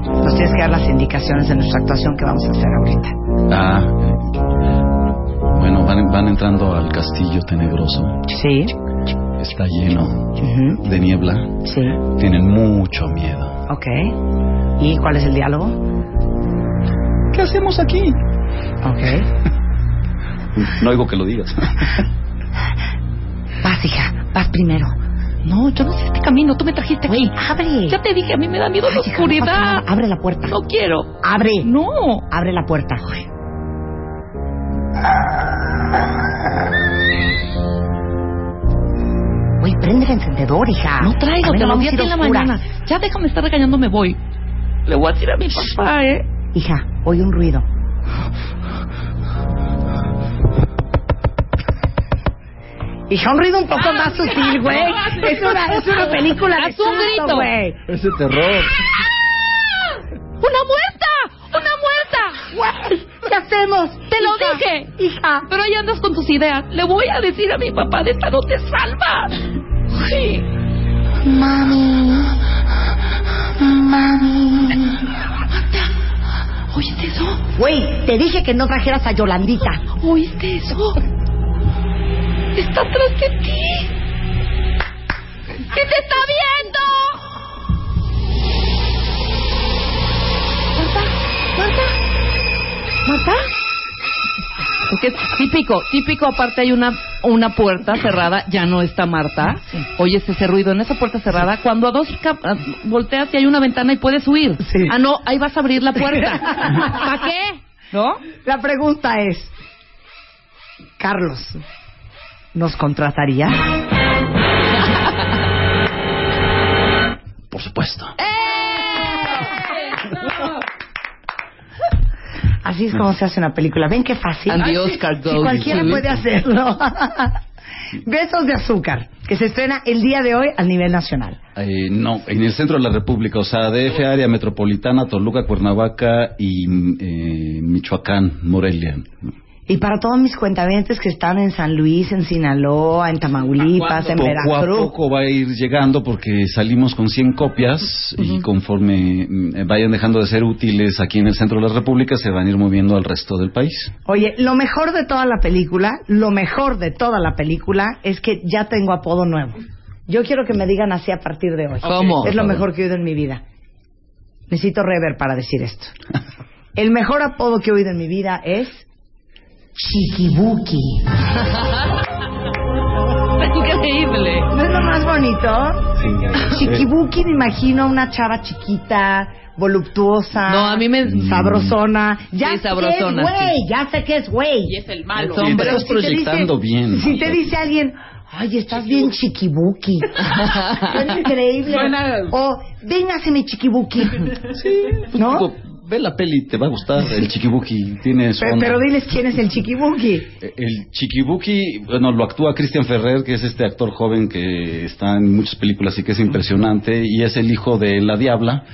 Nos tienes que dar las indicaciones de nuestra actuación que vamos a hacer ahorita.
Ah. Bueno, van, van entrando al castillo tenebroso.
Sí.
Está lleno
Ujú.
de niebla.
Sí.
Tienen mucho miedo.
Ok. ¿Y cuál es el diálogo?
¿Qué hacemos aquí?
Ok.
No oigo que lo digas.
Vas, hija, vas primero.
No, yo no sé este camino, tú me trajiste aquí.
Güey, abre.
Ya te dije, a mí me da miedo la
Ay, hija, no pasa nada.
oscuridad.
Abre la puerta.
No quiero.
Abre.
No.
Abre la puerta. Oye, prende el encendedor, hija.
No traigo,
A ver,
te
no
lo
vamos
vi
a
a ti
ir
en la
oscuras.
mañana. Ya déjame estar regañando, me voy. Le voy a tirar a mi papá, ¿eh?
Hija, oye un ruido. Hija, un ruido un poco más sutil, güey. Es una, es una película de
Ah, Haz un
susto,
grito.
güey.
<laughs> Ese terror.
¡Ah!
¡Una muerta! ¡Una muerta!
Güey, ¿Qué hacemos?
¡Te lo
Hija,
dije!
Hija.
Pero ahí andas con tus ideas. Le voy a decir a mi papá de esta no te salvas. Sí.
Mami. Mami.
¿Oíste eso?
Güey, te dije que no trajeras a Yolandita.
¿Oíste eso? Está atrás de ti. ¡Sí te está viendo! ¿Marta? ¿Marta? ¿Marta? Es que es típico, típico, aparte hay una, una puerta cerrada, ya no está Marta. Oyes ese ruido en esa puerta cerrada. Cuando a dos cap- a- volteas y hay una ventana y puedes huir.
Sí.
Ah, no, ahí vas a abrir la <laughs> puerta. ¿Para qué? ¿No?
La pregunta es, Carlos, ¿nos contrataría?
Por supuesto.
Así es como se hace una película. ¿Ven qué fácil?
And the
Ay, sí,
Oscar
sí,
goes
cualquiera
to-
puede hacerlo. <laughs> Besos de azúcar, que se estrena el día de hoy al nivel nacional.
Eh, no, en el centro de la República, o sea, DF, área metropolitana, Toluca, Cuernavaca y mm, eh, Michoacán, Morelia.
Y para todos mis cuentavientes que están en San Luis, en Sinaloa, en Tamaulipas, en
poco a
Veracruz.
poco va a ir llegando porque salimos con 100 copias y conforme mm, vayan dejando de ser útiles aquí en el centro de la República se van a ir moviendo al resto del país.
Oye, lo mejor de toda la película, lo mejor de toda la película es que ya tengo apodo nuevo. Yo quiero que me digan así a partir de hoy.
¿Cómo?
Es lo
Por favor.
mejor que he oído en mi vida. Necesito rever para decir
<laughs>
esto. El mejor apodo que he oído en mi vida es Chiquibuki.
Increíble.
¿No es lo más bonito? Chiquibuki me imagino una chava chiquita, voluptuosa,
No, a mí me-
sabrosona. Ya
Sí,
sé
sabrosona,
que es güey,
sí.
ya sé que es güey.
Y es el malo.
Sí,
Hombre, estás
te dice-
proyectando bien.
Si te dice alguien, ay, estás bien
<laughs>
chiquibuki. Suena increíble.
Suena-
O, véngase mi chiquibuki. ¿No?
pues, Digo, ve la peli, te va a gustar. El chiquibuki tiene su
Pe- Pero,
onda.
diles quién es el chiquibuki.
Eh, El Chiquibuki, bueno, lo actúa Cristian Ferrer, que es este actor joven que está en muchas películas y que es impresionante, y es el hijo de La Diabla,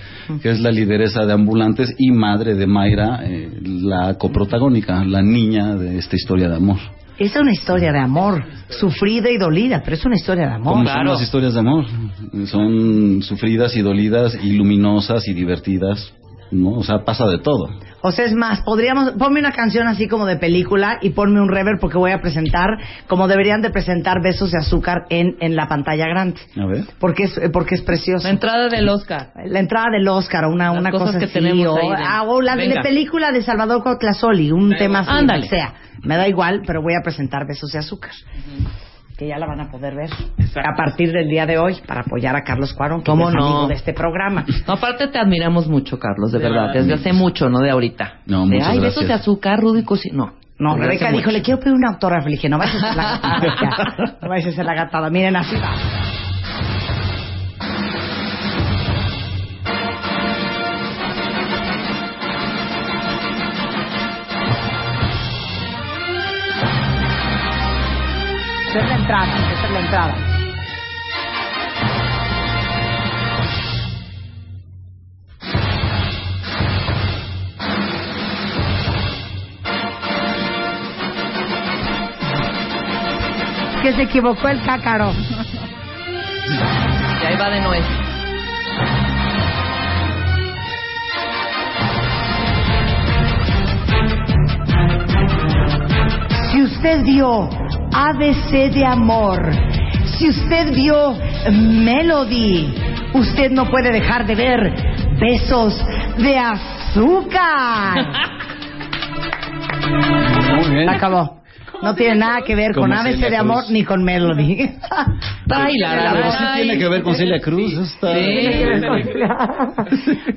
que es la lideresa de Ambulantes y madre de Mayra, eh, la coprotagónica, la niña de esta historia de amor.
Es una historia de amor, sufrida y dolida, pero es una historia de amor.
Como son las historias de amor, son sufridas y dolidas y luminosas y divertidas, ¿no? O sea, pasa de todo.
O sea, es más, podríamos, ponme una canción así como de película y ponme un rever porque voy a presentar, como deberían de presentar Besos de Azúcar en, en la pantalla grande.
A ver.
Porque es, eh, porque es precioso.
La entrada del Oscar.
La entrada del Oscar, una,
Las
una
cosas
cosa
que
así,
tenemos
o,
ahí de-
ah, o la de
Venga.
la película de Salvador Cotlazoli, un
Da
tema
igual.
así, lo que
Ándale.
sea. Me da igual, pero voy a presentar Besos de Azúcar. Que ya la van a poder ver
Exacto.
a partir del día de hoy para apoyar a Carlos Cuarón, que
¿Cómo
es
no?
amigo de este programa.
No, aparte te admiramos mucho, Carlos, de,
De
verdad.
verdad,
Desde
sí.
hace mucho, no de ahorita.
No,
de,
muchas
Ay,
gracias.
besos de azúcar, rudo y cosi... No.
No,
Desde
Rebeca
hace
dijo,
mucho.
le quiero pedir un autógrafo. Le dije, no vayas a hacer la gatada. Rebeca. No vayas a hacer la gatada. Miren así. va. Esa es la entrada, esa es la entrada. Que se equivocó el cácaro.
Y ahí va de nuez.
Si usted vio ABC de amor, si usted vio Melody, usted no puede dejar de ver besos de azúcar.
Muy
<laughs>
bien.
Se acabó. No tiene nada que ver
Como
con ABC de
Celia
amor
Cruz.
ni con <laughs> Melody.
Baila, la, voz sí tiene que ver con Celia Cruz. Está...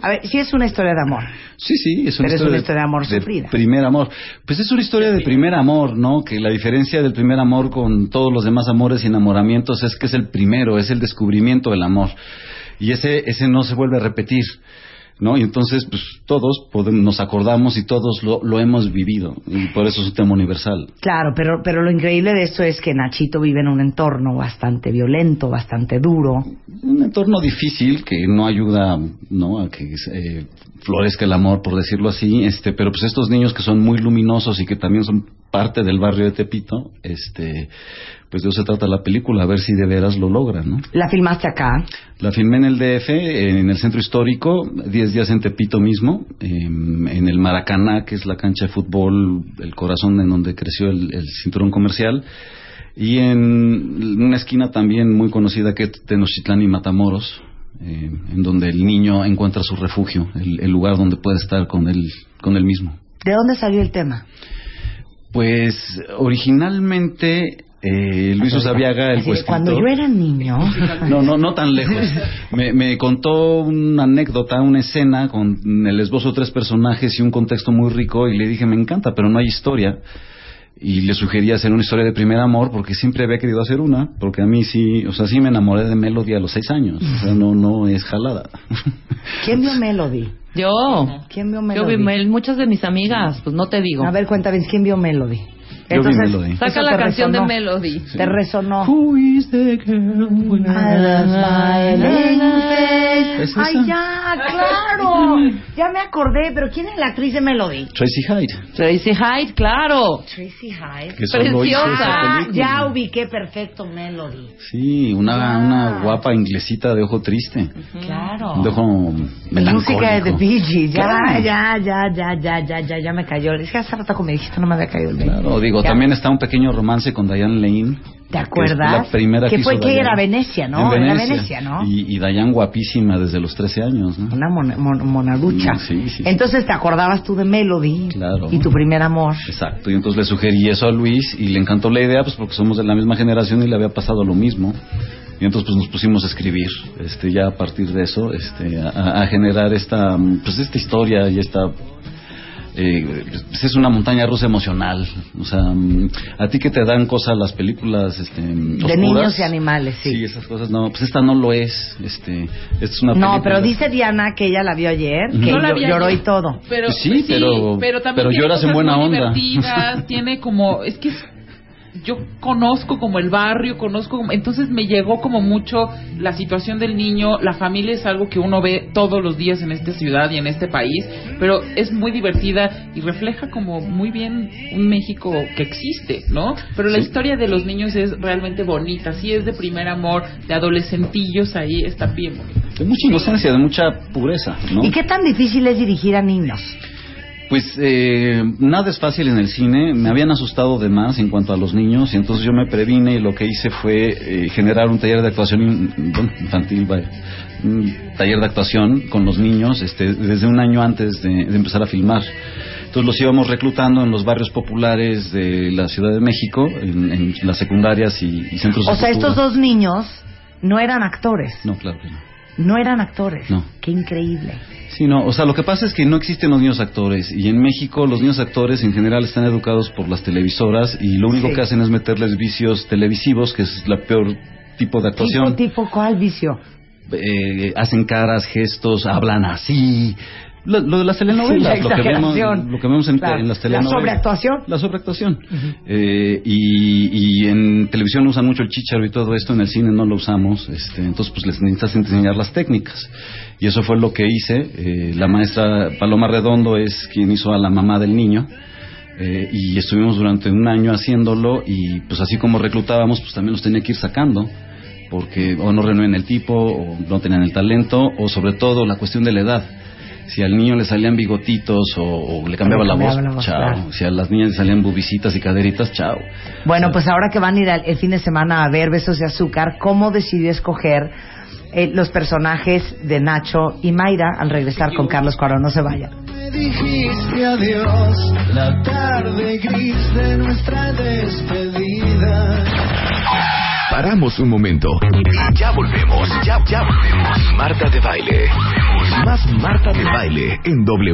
A ver, sí es una historia de amor.
Sí, sí, es
Pero
una,
es
historia,
una historia de amor
de
sufrida.
primer amor. Pues es una historia de primer amor, ¿no? Que la diferencia del primer amor con todos los demás amores y enamoramientos es que es el primero, es el descubrimiento del amor. Y ese, ese no se vuelve a repetir, ¿no? Y entonces, pues todos podemos, nos acordamos y todos lo, lo hemos vivido. Y por eso es un tema universal.
Claro, pero, pero lo increíble de esto es que Nachito vive en un entorno bastante violento, bastante duro.
un entorno difícil que no ayuda no a que eh, florezca el amor por decirlo así este pero pues estos niños que son muy luminosos y que también son parte del barrio de Tepito este pues de eso se trata la película a ver si de veras lo logran no
La filmaste acá.
la filmé en el DF, en el centro histórico, 10 días en Tepito mismo, em, en el Maracaná, que es la cancha de fútbol, el corazón en donde creció el, el cinturón comercial, y en una esquina también muy conocida que es Tenochtitlán y Matamoros, em, en donde el niño encuentra su refugio, el, el lugar donde puede estar con él, con él mismo.
¿De dónde salió el tema?
Pues originalmente eh, Luis Osabiaga,
Así
el
de,
coescritor...
Cuando yo era niño,
No, no, no tan lejos. Me, me contó una anécdota, una escena con el esbozo de tres personajes y un contexto muy rico y le dije, me encanta, pero no hay historia. Y le sugerí hacer una historia de primer amor porque siempre había querido hacer una, porque a mí sí, o sea, sí me enamoré de Melody a los seis años. O sea, no, no es jalada.
¿quién vio Melody?
Yo.
¿Quién vio
Yo
Melody?
vi mel- muchas de mis amigas, pues no te digo.
A ver, cuéntame, ¿quién vio Melody?
vi Melody.
¿eso
Saca la
te
canción
resonó?
de Melody.
Te resonó.
Who is the girl with
I love smiling face.
¿Es
Ay,
esa?
ya,
<laughs>
claro. Ya me acordé, pero ¿quién es la actriz de Melody?
Tracy Hyde.
Tracy Hyde, claro.
Tracy Hyde. Ah,
Que solo hizo esa
Preciosa.
película.
ya ubiqué perfecto Melody.
Sí, una,
Ah.
una guapa inglesita de ojo triste.
Mm.
Claro.
De ojo melancólico.
Música de The Bee Gees. Ya,
Claro.
ya, ya, ya, ya, ya, ya, ya me cayó. Es que hace rato como me dijiste no me había caído el veinte.
Claro, digo,
Ya.
también está un pequeño romance con Diane Lane.
¿Te
Que
acuerdas?
es la primera
que
que
fue
hizo
que
Diane.
era Venecia, ¿no?
En
Era Venecia, ¿no?
Y, y Diane guapísima desde los 13 años, ¿no?
Una mon- mon- monaducha.
Mm, Sí, sí, sí.
Entonces te acordabas tú de Melody
Claro.
y tu primer amor.
Exacto, y entonces le sugerí eso a Luis y le encantó la idea, pues porque somos de la misma generación y le había pasado lo mismo. Y entonces pues nos pusimos a escribir, este, ya a partir de eso, este, a, a generar esta, pues esta historia y esta eh, pues, es una montaña rusa emocional. O sea, mm, a ti que te dan cosas las películas este,
De niños y animales, sí.
Sí, esas cosas no. Pues esta no lo es. Este, esta es una
No,
película-
pero dice Diana que ella la vio ayer,
Ujú.
que
No
la
llo-
vi
lloró
ayer.
y todo.
Pero, pues,
Sí,
sí,
pero-
pero, también
pero
tiene
lloras en
cosas
buena
muy
onda. <laughs>
divertidas, tiene como, es que es- yo conozco como el barrio, conozco, como- entonces me llegó como mucho la situación del niño, la familia es algo que uno ve todos los días en esta ciudad y en este país, pero es muy divertida y refleja como muy bien un México que existe, ¿no? Pero la
Sí.
historia de los niños es realmente bonita, sí es de primer amor, de adolescentillos ahí, está bien bonita.
De mucha inocencia, de mucha pureza, ¿no?
¿Y qué tan difícil es dirigir a niños?
Pues eh, nada es fácil en el cine. Me habían asustado de más en cuanto a los niños y entonces yo me previne y lo que hice fue eh, generar un taller de actuación in- bueno, infantil, vaya. un taller de actuación con los niños este, desde un año antes de, de empezar a filmar. Entonces los íbamos reclutando en los barrios populares de la Ciudad de México, en, en las secundarias y, y centros de
O sea,
cultura.
estos dos niños no eran actores.
No, claro que no.
No eran actores.
No.
Qué increíble.
Sí, no, o sea, lo que pasa es que no existen los niños actores y en México los niños actores en general están educados por las televisoras y lo único
Sí.
que hacen es meterles vicios televisivos, que es la peor tipo
Tipo,
de actuación.
tipo, ¿cuál vicio?
Eh, hacen caras, gestos, hablan así. Lo, lo de las telenovelas,
Sí, la
lo, que vemos,
exageración.
lo que vemos en,
Claro.
en las
La
telenovelas.
sobreactuación.
La sobreactuación. Eh, y, y en televisión usan mucho el chicharo y todo esto, en el cine no lo usamos, este, entonces pues les necesitas enseñar las técnicas. Y eso fue lo que hice. eh, la maestra Paloma Redondo es quien hizo a la mamá del niño. eh, y estuvimos durante un año haciéndolo y pues así como reclutábamos, pues también los tenía que ir sacando porque o no renueven el tipo, o no tenían el talento, o sobre todo la cuestión de la edad. Si al niño le salían bigotitos o, o le cambiaba,
Le
la,
cambiaba
voz,
la voz,
chao.
claro.
Si a las niñas le salían bubicitas y caderitas, chao.
Bueno, pues ahora que van a ir al- el fin de semana a ver Besos de Azúcar, ¿cómo decidió escoger eh, los personajes de Nacho y Mayra al regresar con Carlos Cuarón? No se vayan.
Puede
dijiste adiós, la tarde gris de nuestra despedida.
Paramos un momento. Ya volvemos, ya, ya volvemos. Marta de baile. Más Marta de baile en W.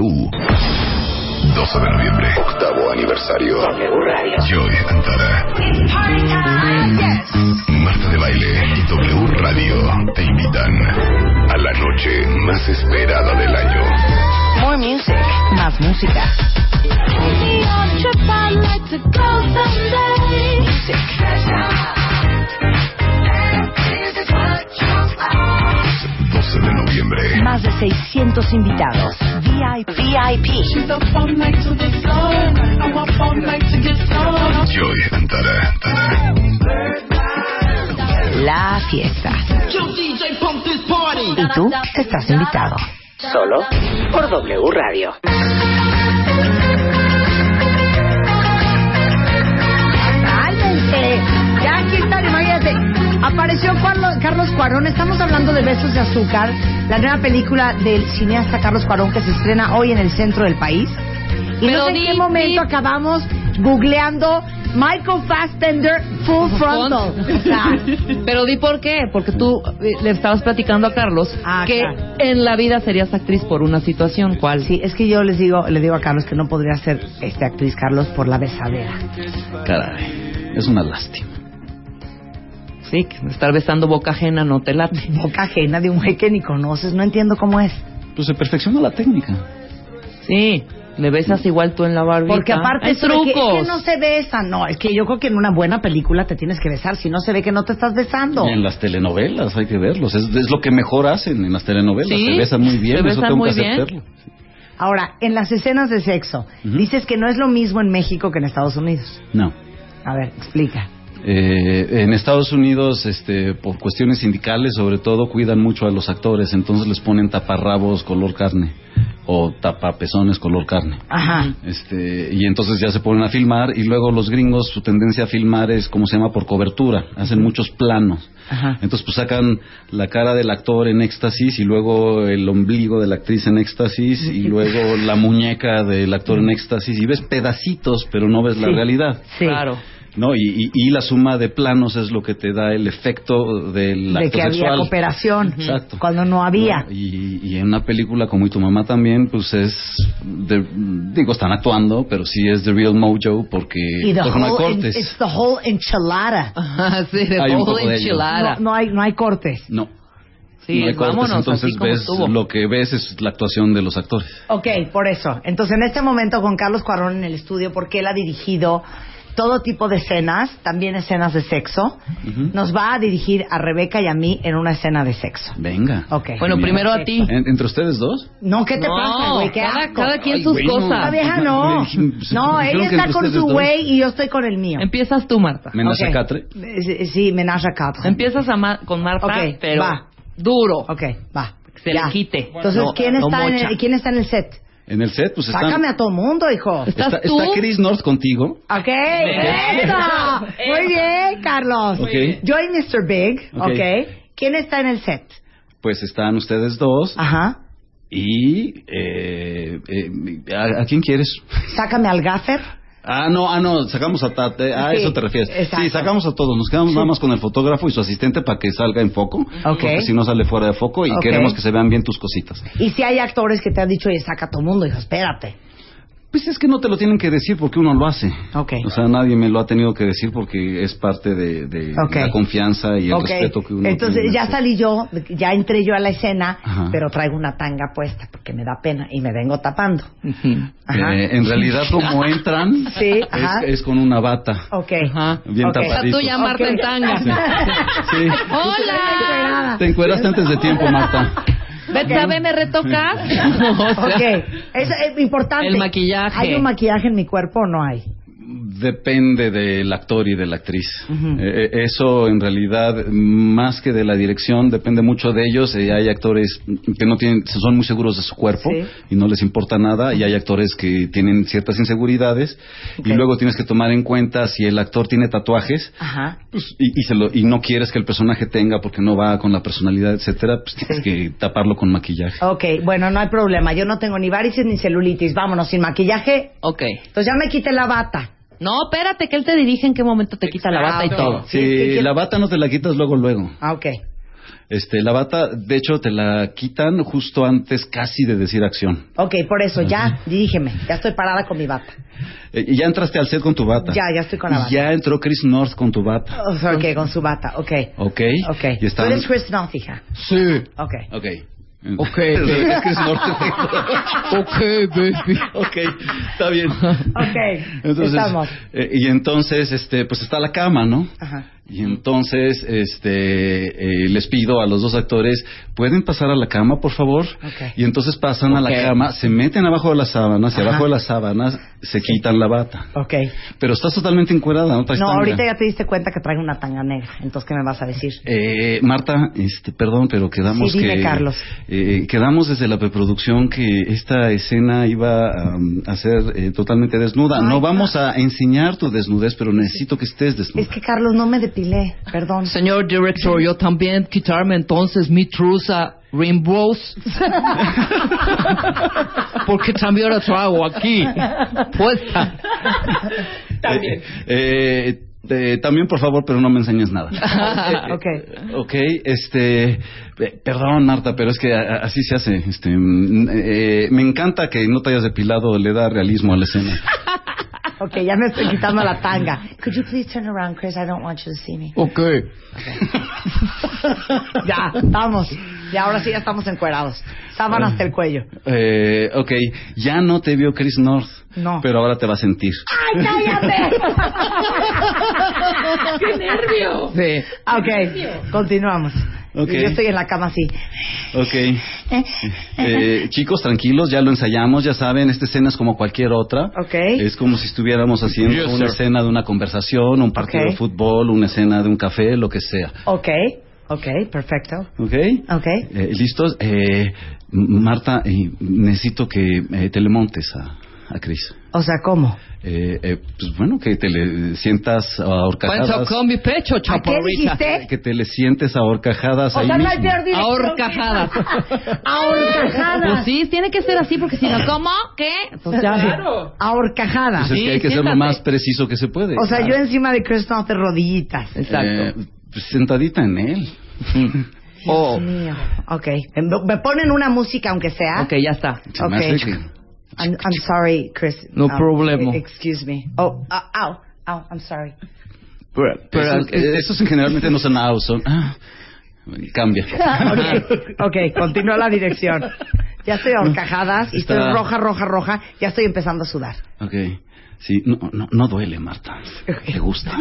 12 de noviembre, octavo aniversario. Joy Antara. Marta de baile y W Radio te invitan a la noche más esperada del año.
More music.
Más música.
Music.
12 de noviembre.
Más de 600 invitados. VIP.
Joy Antara.
La fiesta. Y tú estás invitado. Solo por W Radio. Cálmense. Ya aquí están, imagínate. Apareció Carlos, Carlos Cuarón. Estamos hablando de Besos de Azúcar, la nueva película del cineasta Carlos Cuarón que se estrena hoy en el centro del país. Y
Pero
no sé en
di-
qué momento
di-
acabamos googleando Michael Fassbender Full Frontal. O
<laughs>
sea,
Pero di por qué, porque tú eh, le estabas platicando a Carlos
Ah,
que
claro.
en la vida serías actriz por una situación. ¿Cuál?
Sí, es que yo les digo, le digo a Carlos que no podría ser este actriz Carlos por la besadera.
Caray, es una lástima.
Sí, que estar besando boca ajena no te late.
Boca ajena de un güey que ni conoces, no entiendo cómo es.
Pues se perfecciona la técnica.
Sí, me besas igual tú en la barbita.
Porque aparte
Hay
eso de que-
trucos.
es que no se besan, no, es que yo creo que en una buena película te tienes que besar, si no se ve que no te estás besando.
Y en las telenovelas hay que verlos. Es, es lo que mejor hacen en las telenovelas.
Sí,
Se besan muy bien,
se
eso
besan
tengo
muy
que
bien.
aceptarlo.
Ahora, en las escenas de sexo,
Ujú.
dices que no es lo mismo en México que en Estados Unidos.
No.
A ver, explica.
Eh, en Estados Unidos, este, por cuestiones sindicales, sobre todo, cuidan mucho a los actores, entonces les ponen taparrabos color carne o tapapezones color carne.
Ajá.
Este, y entonces ya se ponen a filmar y luego los gringos su tendencia a filmar es como se llama por cobertura, hacen muchos planos.
Ajá.
Entonces pues sacan la cara del actor en éxtasis y luego el ombligo de la actriz en
<laughs>
éxtasis y luego la muñeca del actor en éxtasis y ves pedacitos pero no ves la
Sí.
realidad.
Sí.
Claro.
No, y, y- y la suma de planos es lo que te da el efecto del
De
acto
que había
sexual.
cooperación
Exacto.
cuando no había.
¿no? Y, y en una película como Y tu mamá también, pues es. de- digo, están actuando, pero sí es The Real Mojo porque
Y the
porque pues no hay
whole en- este
cortes.
it's the whole enchilada.
Ajá, sí, de
Hay un poco
todo
de ello.
enchilada.
No, no hay no hay cortes.
No,
pues,
sí,
no hay cortes.
vámonos,
entonces
así como
ves
estuvo.
lo que ves es la actuación de los actores.
Ok, por eso. Entonces, en este momento con Carlos Cuarón en el estudio, porque él ha dirigido todo tipo de escenas, también escenas de sexo,
Ujú.
nos va a dirigir a Rebeca y a mí en una escena de sexo.
Venga.
Ok.
Bueno,
Mira.
primero a ti.
¿En- ¿Entre ustedes dos?
No, ¿qué te
No,
pasa, güey? ¿Qué
cada-
asco.
cada quien
Ay,
sus
güey, no.
cosas.
La vieja no.
Me dijeron- pues,
No,
me dijeron
ella
que
está
entre
con
ustedes
su
dos.
güey y yo estoy con el mío.
Empiezas tú, Marta.
Menace
Ok.
Catre.
Eh, sí, Sí, menaje a Catre.
Empiezas a ma- con Marta,
Ok,
pero
va.
duro.
Ok, va.
Que se
Ya.
le quite.
Entonces,
No,
¿quién,
no
está en
mocha.
el, ¿quién está en el set?
En el set, pues están-
Sácame a todo mundo, hijo.
¿Estás
está,
tú?
está Chris North contigo.
Ok, eso.
<laughs>
Muy bien, Carlos.
Ok.
Yo y Mr. Big, ok.
Ok.
¿Quién está en el set?
Pues están ustedes dos.
Ajá.
Y. eh, eh, ¿a- ¿A quién quieres?
Sácame al gaffer.
Ah, no, ah, no, sacamos a Tate, a
Sí,
eso te refieres.
exacto.
Sí, sacamos a todos, nos quedamos nada más con el fotógrafo y su asistente para que salga en foco, porque si no sale fuera de foco y
Ok.
queremos que se vean bien tus cositas.
Y si hay actores que te han dicho, oye, saca a todo mundo, hijo, espérate.
Pues es que no te lo tienen que decir porque uno lo hace.
Ok.
O sea, nadie me lo ha tenido que decir porque es parte de, de
Ok.
la confianza y el
Ok.
respeto que uno
Entonces
tiene.
ya salí yo, ya entré yo a la escena,
Ajá.
pero traigo una tanga puesta porque me da pena y me vengo tapando. Ajá.
Eh, en realidad, como entran,
Sí,
es,
ajá.
es con una bata.
Ok.
Ajá.
Bien
Ok.
O sea,
tapadito.
tú ya Marta
Ok.
en <laughs> tanga.
Sí. Sí.
¡Hola!
Te encueraste antes de tiempo, Marta.
Vete a ver, me retocas. O sea, <laughs>
Ok, eso es importante.
El maquillaje.
¿Hay un maquillaje en mi cuerpo o no hay?
Depende del actor y de la actriz. Eh, eh, eso en realidad, más que de la dirección, depende mucho de ellos. Eh, hay actores que no tienen, son muy seguros de su cuerpo
Sí.
y no les importa nada. Y hay actores que tienen ciertas inseguridades. Y luego tienes que tomar en cuenta si el actor tiene tatuajes
Ajá.
pues, y, y se lo- y no quieres que el personaje tenga porque no va con la personalidad, etcétera, pues tienes que taparlo con maquillaje.
Ok, bueno, no hay problema. Yo no tengo ni varices ni celulitis. Vámonos, sin maquillaje.
Ok.
Entonces ya me quité la bata.
No, espérate, que él te dirige en qué momento te quita la bata y todo.
Sí, la bata no te la quitas luego, luego.
Ah, ok.
Este, la bata, de hecho, te la quitan justo antes casi de decir acción.
Ok, por eso, ya, dirígeme. Ya estoy parada con mi bata.
Eh, y ya entraste al set con tu bata.
Ya, ya estoy con la bata.
Y ya entró Chris North con tu bata.
O sea, ok, con su bata. Ok.
¿Ok?
Ok.
Y
Tú
están...
eres Chris North, hija.
Sí.
Ok.
Ok. <laughs>
Ok.
Es Chris North. <laughs>
Ok, baby.
ok, está bien.
Ok.
Entonces,
Estamos.
eh, y entonces, este, pues está la cama, ¿no?
Ajá.
Y entonces, este, eh, les pido a los dos actores, ¿pueden pasar a la cama, por favor?
Ok.
Y entonces pasan a
Ok.
la cama, se meten abajo de las sábanas, y
Ajá.
abajo de las sábanas se quitan la bata.
Ok.
Pero estás totalmente encuerada, ¿no? Traes
No,
tanga.
ahorita ya te diste cuenta que traigo una tanga negra. Entonces, ¿qué me vas a decir?
Eh, Marta, este, perdón, pero quedamos
Sí, dime,
que
Carlos.
eh, quedamos desde la preproducción que esta escena iba um, a ser eh, totalmente desnuda.
Ay,
no vamos a enseñar tu desnudez, pero necesito que estés desnuda.
Es que, Carlos, no me depilé. Perdón.
Señor director, yo también quitarme entonces mi truza
<laughs>
Rainbows. Porque también la traigo aquí. Puesta.
también. eh, también, por favor, pero no me
<laughs>
enseñes nada.
Ah, Ok.
Ok, este, eh, perdón Marta, pero es que a- a- así se hace. Este, mm, eh, me encanta que no te hayas depilado, le da realismo a la escena.
Ok, ya me estoy quitando la tanga. Could you please turn around, Chris? I don't want you to see me.
<laughs> Ok.
Ya, estamos. Y ahora sí ya estamos encuerados. Sábana hasta el cuello.
Eh, ok, ya no te vio Chris North,
No.
pero ahora te va a sentir.
¡Ay, cállate!
¡Qué nervio!
Sí.
Ah, ok, continuamos.
Ok.
Y Yo estoy en la cama así. <laughs>
Ok. Eh, chicos, tranquilos, ya lo ensayamos, ya saben, esta escena es como cualquier otra.
Ok.
Es como si estuviéramos haciendo
Yes,
una
sir.
escena de una conversación, un partido
Ok.
de fútbol, una escena de un café, lo que sea.
Ok, ok, perfecto.
¿Ok?
Ok.
Eh, ¿Listos? Eh, M- Marta, eh, necesito que eh, te le montes a, a Chris.
O sea, ¿cómo?
Eh, eh, pues bueno, que te le sientas a
Cuento
horcajadas.
con mi pecho,
¿A qué
chaporrita.
dijiste?
Que te le sientes a horcajadas ahí mismo.
dirección.
Ahorcajadas. Pues
Ahorcajadas.
sí, tiene que ser así porque si <laughs> no, ¿cómo? ¿Qué? Pues ya.
Claro.
Ahorcajadas.
Pues es
Sí,
que hay que ser lo
siéntate.
más preciso que se puede.
O sea,
Claro.
yo encima de Chris North de rodillitas.
Exacto.
Eh, pues, sentadita en él.
Oh.
Dios mío. Ok. Me- Me ponen una música, aunque sea.
Ok, ya está.
<laughs> Se me
Ok.
hace que-
I'm, I'm sorry, Chris.
No
Um,
problemo.
e- Excuse me. Oh, uh, ow, ow, I'm sorry.
Pero,
pero-
esos, eh, esos generalmente no son out, son... ah,
<laughs>
cambia.
Ah, Ok, ok, continúa la dirección. Ya estoy ahorcajadas y estoy
Está-
roja, roja, roja. Ya estoy empezando a sudar.
Ok. Sí, no, no, no duele, Marta. Te gusta.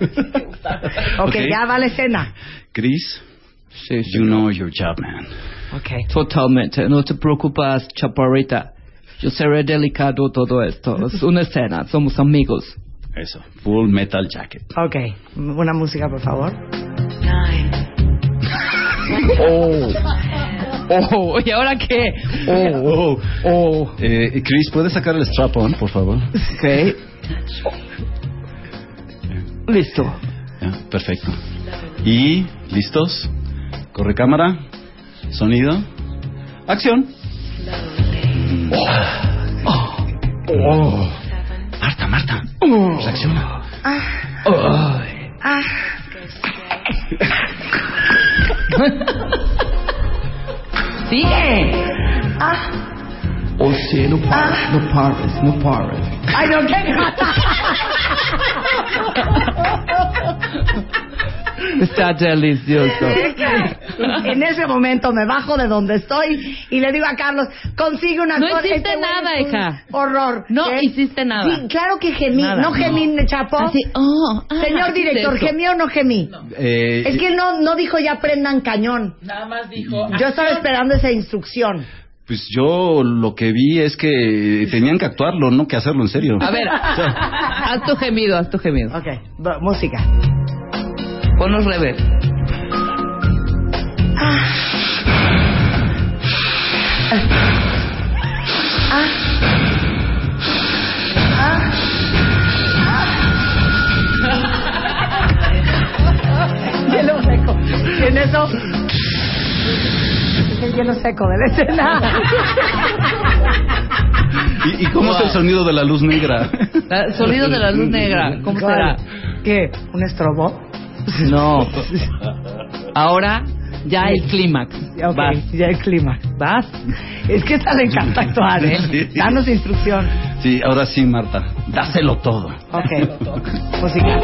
Ok,
Ok.
ya va la escena.
Chris,
Sí,
you know your job, man.
Ok.
Totalmente. No te preocupes, chaparrita. Yo seré delicado todo esto. Es una escena. Somos amigos.
Eso. Full metal jacket.
Ok, una música, por favor.
Oh. Oh. ¿Y ahora qué? Oh. Oh. Oh.
Eh, Chris, ¿puedes sacar el strap on, por favor?
Ok. Oh. Listo.
Ya, perfecto. Y, ¿listos? Corre cámara. Sonido. Acción. Oh. Oh. Marta, Marta. Reacciona. Oh.
Ay.
Sigue.
Oh, sí, no
Ah.
pares, no pares, no pares.
Ay, no, qué
Está
<laughs>
delicioso.
<laughs> En ese momento me bajo de donde estoy y le digo a Carlos, consigue una
No hiciste nada, hija.
Horror.
No
¿Qué?
hiciste nada.
Sí, claro que gemí,
Nada.
no gemí, chapo.
Así, oh, ah,
Señor
¿qué es
director,
eso?
¿gemí o no gemí?
Eh,
Es que no, no dijo ya prendan cañón.
Nada más dijo.
Yo estaba esperando esa instrucción.
Pues yo lo que vi es que tenían que actuarlo, no que hacerlo en serio.
A ver, haz tu gemido, haz tu gemido.
Ok, va, música.
Ponos rever.
Hielo seco. Y en eso. Es el hielo seco de la escena.
¿Y, y cómo es el sonido de la
<laughs>
luz negra?
La- sonido de la luz negra, ¿cómo será?
¿Qué? ¿Un estrobo?
No. Ahora ya el clímax.
Ok,
Vas.
ya el clima. ¿Vas? Es que esta le encanta actuar, ¿eh?
Sí.
Danos instrucción.
Sí, ahora sí, Marta. Dáselo todo.
Ok. Música.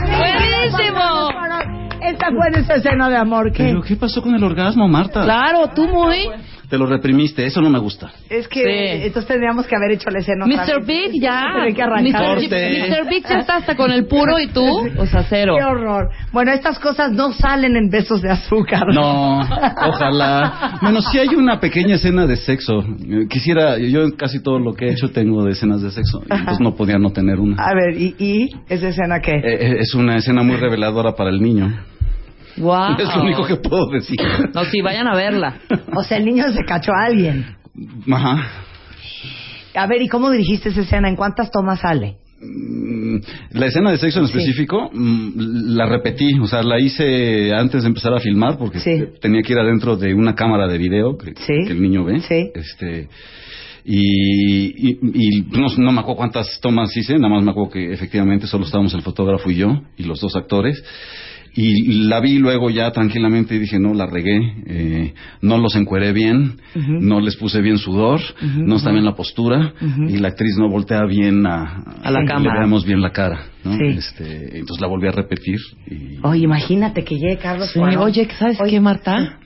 ¡Buenísimo!
Esta fue nuestra escena de amor. ¿Qué?
¿Pero qué pasó con el orgasmo, Marta?
Claro, tú muy.
Te lo reprimiste, eso no me gusta.
Es que
Sí.
entonces tendríamos que haber hecho la escena otra
Mr.
vez.
Big ya.
Tendré que arrancar.
Mr. Mr. Big ya está hasta con el puro y tú, o sea, cero.
Qué horror. Bueno, estas cosas no salen en besos de azúcar.
No, ojalá. Bueno, si hay una pequeña escena de sexo. Eh, Quisiera, yo en casi todo lo que he hecho tengo de escenas de sexo, y entonces no podía no tener una.
A ver, ¿y, y esa escena qué?
Eh, eh, es una escena muy reveladora para el niño.
Wow.
Es lo único que puedo decir.
No, sí, vayan a verla.
O sea, el niño se cachó a alguien.
Ajá.
A ver, ¿y cómo dirigiste esa escena? ¿En cuántas tomas sale?
Mm, La escena de sexo en específico mm, la repetí, o sea, la hice antes de empezar a filmar porque
Sí.
tenía que ir adentro de una cámara de video que,
Sí.
que el niño ve.
Sí.
Este, y y- y no, no me acuerdo cuántas tomas hice, nada más me acuerdo que efectivamente solo estábamos el fotógrafo y yo y los dos actores. Y la vi luego ya tranquilamente y dije, no, la regué, eh, no los encueré bien, no les puse bien sudor, no está bien la postura y la actriz no voltea bien a,
A la
que
cámara.
Le veamos bien la cara, ¿no?
Sí.
Este, entonces la volví a repetir y...
Oye, imagínate que llegue Carlos
Sí,
Cuarón.
oye, ¿sabes
Oye,
qué, Marta?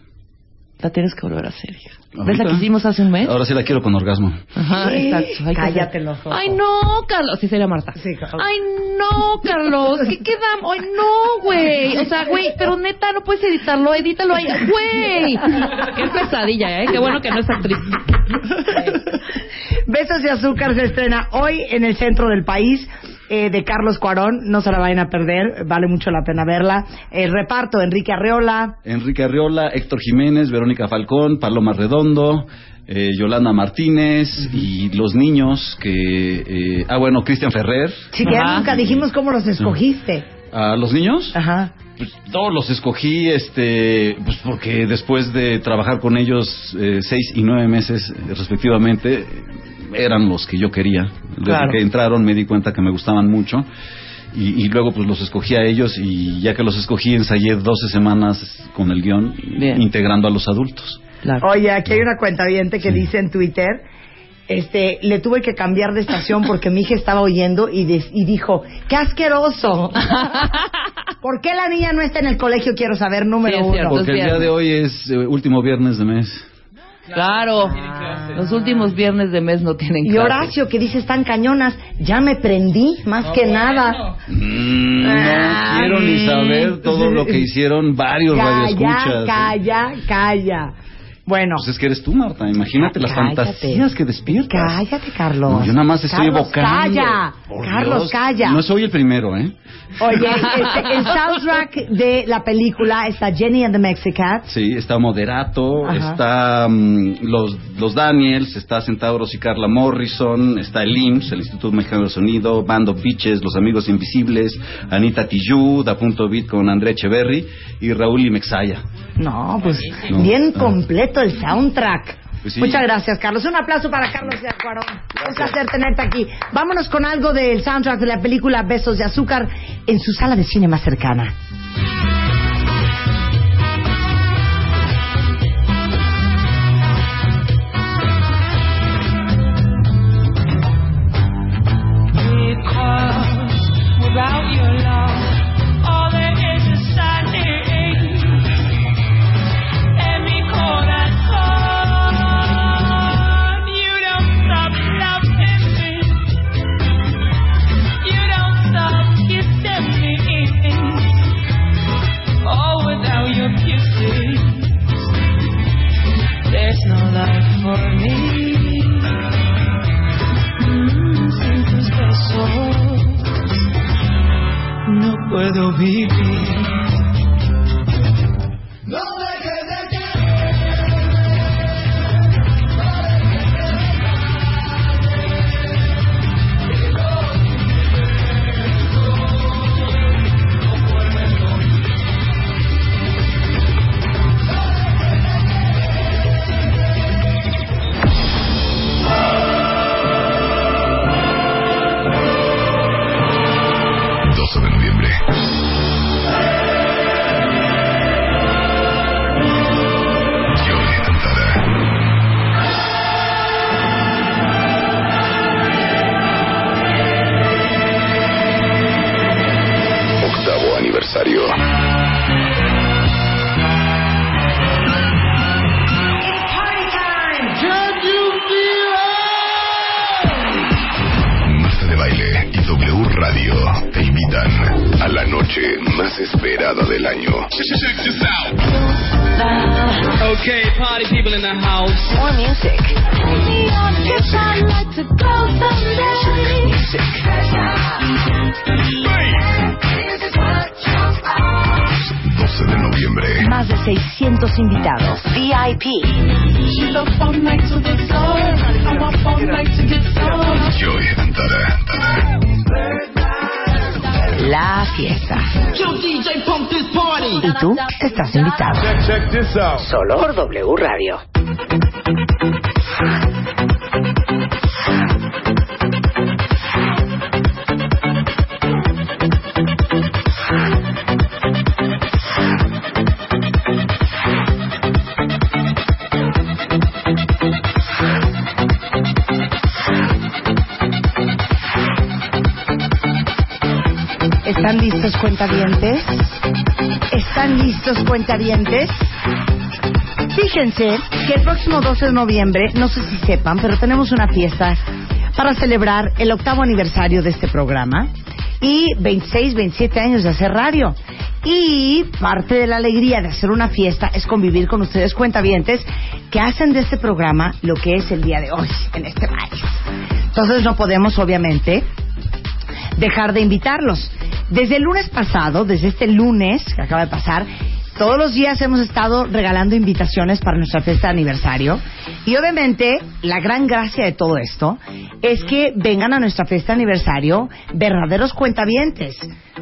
La tienes que volver a hacer, hija. ¿Ves la
Ahorita.
que hicimos hace un
¿Eh?
mes?
Ahora sí la quiero con orgasmo.
Ajá,
Sí.
exacto. hay que
Cállate
hacer.
los ojos.
Ay, no, Carlos. Sí, sería Marta.
Sí, Carlos.
Ay, no, Carlos. ¿Qué quedamos? Ay, no, güey. O sea, güey, pero neta, no puedes editarlo. Edítalo ahí. Güey.
Qué pesadilla, ¿eh? Qué bueno que no es actriz.
Besos de Azúcar se estrena hoy en el centro del país eh, de Carlos Cuarón. No se la vayan a perder, vale mucho la pena verla. El reparto, Enrique Arreola.
Enrique Arriola, Héctor Jiménez, Verónica Falcón, Paloma Redondo, eh, Yolanda Martínez y los niños que... eh, ah, bueno, Cristian Ferrer.
Sí, que ya
Ajá.
nunca dijimos cómo los escogiste.
¿A los niños?
Ajá.
Pues, todos los escogí, este, pues porque después de trabajar con ellos eh, seis y nueve meses eh, respectivamente, eh, eran los que yo quería. Desde
Claro.
que entraron me di cuenta que me gustaban mucho. Y, y luego pues los escogí a ellos y ya que los escogí ensayé 12 semanas con el guión
Bien.
integrando a los adultos.
Oye, aquí hay una cuenta que dice en Twitter. Este, le tuve que cambiar de estación porque mi hija estaba oyendo y, des- y dijo, ¡qué
<laughs>
asqueroso! ¿Por qué la niña no está en el colegio? Quiero saber, número
Sí, es cierto.
uno.
Porque el día
viernes.
de hoy es eh, último viernes de mes.
Claro. Los últimos viernes de mes no tienen
Y
clase.
Horacio, que dice, están cañonas, ya me prendí, más que nada.
Mm, no
Ah,
quiero ni saber todo lo que hicieron varios
Calla,
radioescuchas. ¿eh?
calla, calla. Bueno,
Pues es que eres tú, Marta. Imagínate las
Ah, Cállate.
fantasías que despiertas.
cállate, Carlos.
No, yo nada más estoy
Carlos,
evocando.
Calla,
Por
Carlos,
Dios.
calla.
No soy el primero, ¿eh? <laughs>
Oye, este, el soundtrack de la película está Jenny and the Mexicats.
Sí, está Moderato,
Ajá.
está mm, los, los Daniels, está Centauros y Carla Morrison, está el IMSS, el Instituto Mexicano del Sonido, Band of Bitches, Los Amigos Invisibles, Anita Tijoux, Da Punto Beat con André Echeverry y Raúl y Mexaya.
No, pues
No.
bien
Ah.
completo el soundtrack.
Pues sí.
Muchas gracias, Carlos. Un aplauso para Carlos de Acuarón. Un placer tenerte aquí. Vámonos con algo del soundtrack de la película Besos de Azúcar en su sala de cine más cercana.
Because without your love, all there is inside puedo vivir.
Octavo aniversario. Marta de Baile y W Radio te invitan a la noche más esperada del año.
Okay, party people in the house.
More music.
Más de 600 invitados.
VIP.
Joy Antara.
La fiesta. Y tú estás invitado. Solo por W Radio. ¿Están listos cuentavientes? ¿Están listos cuentavientes? Fíjense que el próximo 12 de noviembre, no sé si sepan, pero tenemos una fiesta para celebrar el octavo aniversario de este programa y 26, 27 años de hacer radio. Y parte de la alegría de hacer una fiesta es convivir con ustedes cuentavientes que hacen de este programa lo que es el día de hoy en este país. Entonces no podemos, obviamente, dejar de invitarlos. Desde el lunes pasado, desde este lunes que acaba de pasar, todos los días hemos estado regalando invitaciones para nuestra fiesta de aniversario. Y obviamente, la gran gracia de todo esto es que vengan a nuestra fiesta de aniversario verdaderos cuentavientes.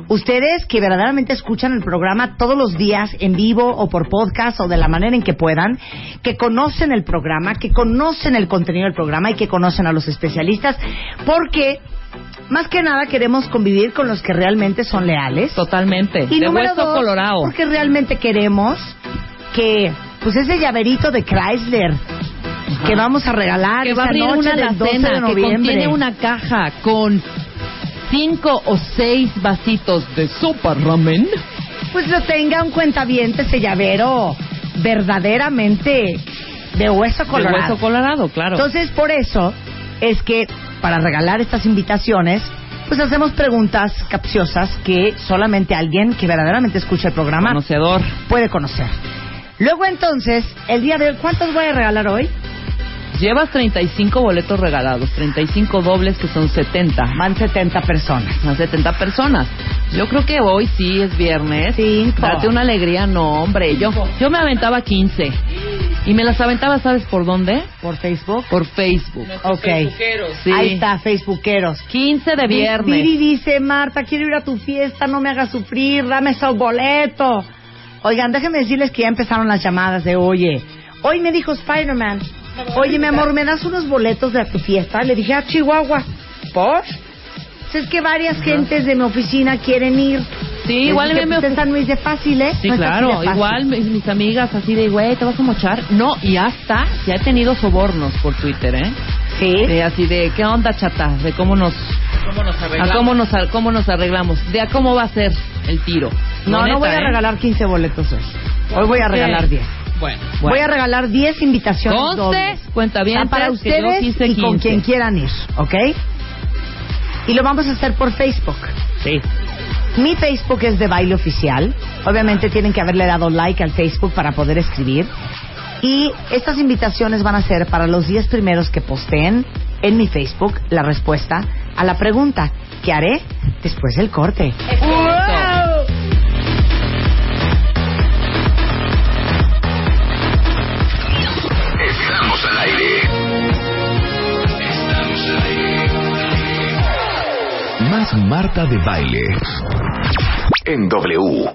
Ustedes que verdaderamente escuchan el programa todos los días en vivo o por podcast o de la manera en que puedan, que conocen el programa, que conocen el contenido del programa y que conocen a los especialistas, porque más que nada queremos convivir con los que realmente son leales.
Totalmente.
Y
de
número
hueso
dos,
colorado.
porque realmente queremos que pues ese llaverito de Chrysler que vamos a regalar
que va a
esta
abrir
Ah, noche
una
del 12 de
alacena que
noviembre.
contiene una caja con cinco o seis vasitos de sopa ramen.
Pues lo tenga un cuentaviente ese llavero verdaderamente de hueso colorado.
De hueso colorado, claro.
Entonces, por eso es que para regalar estas invitaciones, pues hacemos preguntas capciosas que solamente alguien que verdaderamente escucha el programa
Conocedor.
puede conocer. Luego entonces, el día de hoy, ¿cuántos voy a regalar hoy?
Llevas 35 boletos regalados, 35 dobles que son 70.
Van 70 personas.
Más 70 personas. Yo creo que hoy sí es viernes.
Cinco.
Date una alegría, no, hombre. Yo, yo me aventaba 15. Y me las aventaba, ¿sabes por dónde?
Por Facebook.
Por Facebook.
Ok.
Sí.
Ahí está, Facebookeros.
15 de
Viri
viernes.
dice, Marta, quiero ir a tu fiesta, no me hagas sufrir, dame esos boletos. Oigan, déjenme decirles que ya empezaron las llamadas de, oye, hoy me dijo Spider-Man, oye, mi amor, ¿me das unos boletos de tu fiesta? Le dije, ah, Chihuahua, ¿por? Si es que varias gentes de mi oficina quieren ir.
Sí,
Les
igual
dije,
me-
"Pues en San Luis de fácil, ¿eh?
Sí,
No es así de
claro,
fácil".
igual mis, mis amigas así de, güey, te vas a mochar. No, y hasta ya he tenido sobornos por Twitter, ¿eh?
Sí.
De así de, ¿qué onda, chata? De cómo nos,
Pues
a Ah, cómo nos, a cómo nos arreglamos, de a cómo va a ser el tiro.
No,
Neta,
no voy a
¿eh?
regalar 15 boletos hoy. Hoy voy a
¿Qué?
regalar 10.
Bueno,
Bueno.
Voy a regalar 10 invitaciones. dobles.
11 cuenta bien
Está para ustedes y con quien quieran ir, ¿ok? Y lo vamos a hacer por Facebook.
Sí.
Mi Facebook es de baile oficial. Obviamente tienen que haberle dado like al Facebook para poder escribir. Y estas invitaciones van a ser para los 10 primeros que posteen en mi Facebook la respuesta a la pregunta que haré después del corte.
Perfecto.
Marta de Baile. En W.